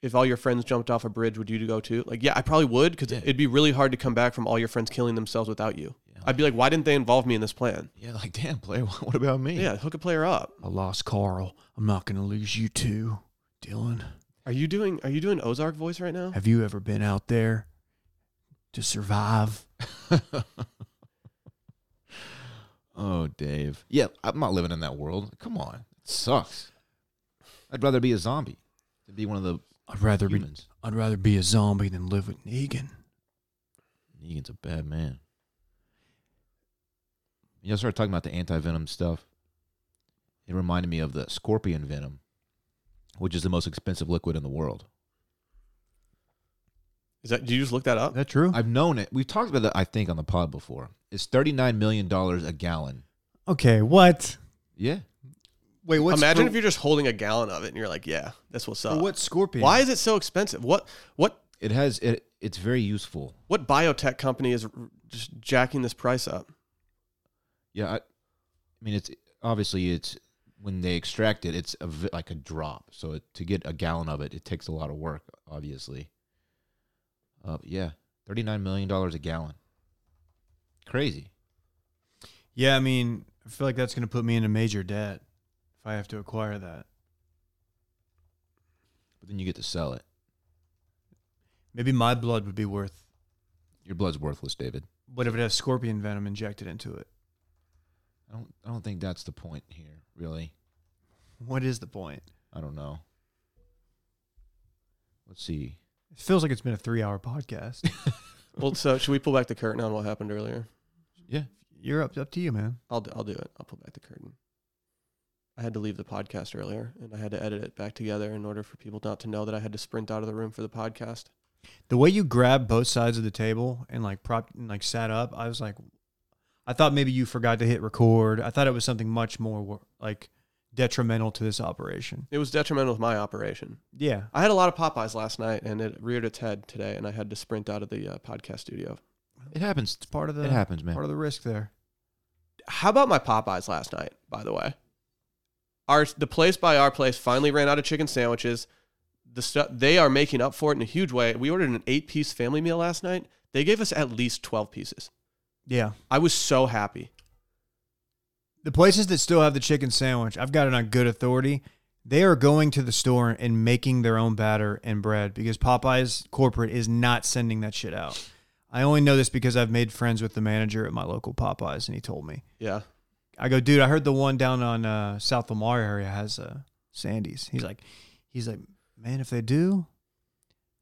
if all your friends jumped off a bridge would you go too like yeah i probably would because Yeah. it'd be really hard to come back from all your friends killing themselves without you Yeah, I'd be like, why didn't they involve me in this plan? Yeah, like damn, player. What about me? Yeah, hook a player up. I lost Carl. I'm not gonna lose you too, Dylan. Are you doing Are you doing Ozark voice right now? Have you ever been out there to survive? oh, Dave. Yeah, I'm not living in that world. Come on, it sucks. I'd rather be a zombie than be one of the I'd rather be humans. I'd rather be a zombie than live with Negan. Negan's a bad man. You know, I started talking about the anti venom stuff. It reminded me of the scorpion venom, which is the most expensive liquid in the world. Is that? Do you just look that Is up? that true? I've known it. We've talked about that, I think, on the pod before. It's $39 million a gallon. okay, what? Yeah. Wait, what's Imagine for- if you're just holding a gallon of it and you're like, yeah, that's what's for up. what scorpion? Why is it so expensive? What what It has, it. it's very useful. what biotech company is r- just jacking this price up? Yeah, I, I mean, it's obviously it's when they extract it, it's a v like a drop. So it, to get a gallon of it, it takes a lot of work, obviously. Uh, but yeah, thirty nine million dollars a gallon. Crazy. Yeah, I mean, I feel like that's gonna put me into major debt if I have to acquire that. But then you get to sell it. Maybe my blood would be worth Your blood's worthless, David. what if it has scorpion venom injected into it? I don't. I don't think that's the point here, really. What is the point? I don't know. Let's see. It feels like it's been a three hour podcast. Well, so should we pull back the curtain on what happened earlier? Yeah. You're up up to you, man. I'll do, I'll do it. I'll pull back the curtain. I had to leave the podcast earlier, and I had to edit it back together in order for people not to know that I had to sprint out of the room for the podcast. The way you grabbed both sides of the table and like propped and like sat up, I was like, I thought maybe you forgot to hit record. I thought it was something much more wor- like detrimental to this operation. It was detrimental to my operation. Yeah. I had a lot of Popeyes last night, and it reared its head today, and I had to sprint out of the uh, podcast studio. It happens. It's part of the It happens, man. part of the risk there. How about my Popeyes last night? By the way, our the place by our place finally ran out of chicken sandwiches. The stuff they are making up for it in a huge way. We ordered an eight piece family meal last night. They gave us at least twelve pieces. Yeah. I was so happy. The places that still have the chicken sandwich, I've got it on good authority. They are going to the store and making their own batter and bread because Popeyes corporate is not sending that shit out. I only know this because I've made friends with the manager at my local Popeyes and he told me. Yeah. I go, dude, I heard the one down on uh, South Lamar area has uh, Sandy's. He's like, he's like, man, if they do,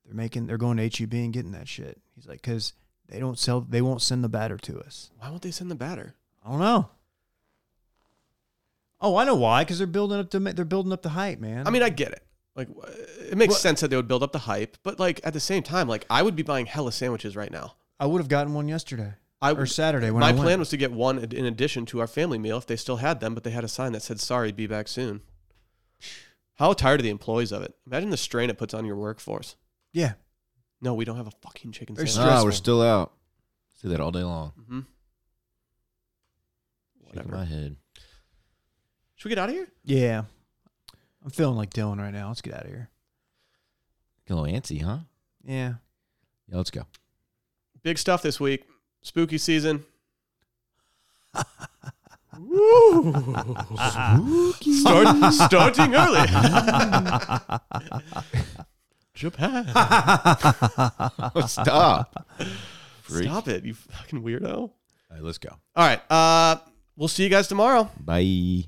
they're making, they're going to HEB and getting that shit. He's like, because they don't sell, they won't send the batter to us. Why won't they send the batter? I don't know. Oh, I know why. Because they're building up the, they're building up the hype, man. I mean, I get it. Like, wh- it makes Well- sense that they would build up the hype, but like at the same time, like I would be buying hella sandwiches right now. I would have gotten one yesterday I or Saturday when my I plan went. was to get one ad- in addition to our family meal if they still had them, but they had a sign that said "Sorry, be back soon." How tired are the employees of it? Imagine the strain it puts on your workforce. yeah, No, we don't have a fucking chicken They're sandwich. Ah, stressful. we're still out. See that all day long. hmm Shaking Whatever. my head. Should we get out of here? yeah. I'm feeling like Dylan right now. Let's get out of here. Get a little antsy, huh? Yeah. Yeah, let's go. Big stuff this week. Spooky season. Start, starting early. Japan. Stop. Freak. Stop it, you fucking weirdo. All right, let's go. All right. Uh, we'll see you guys tomorrow. Bye.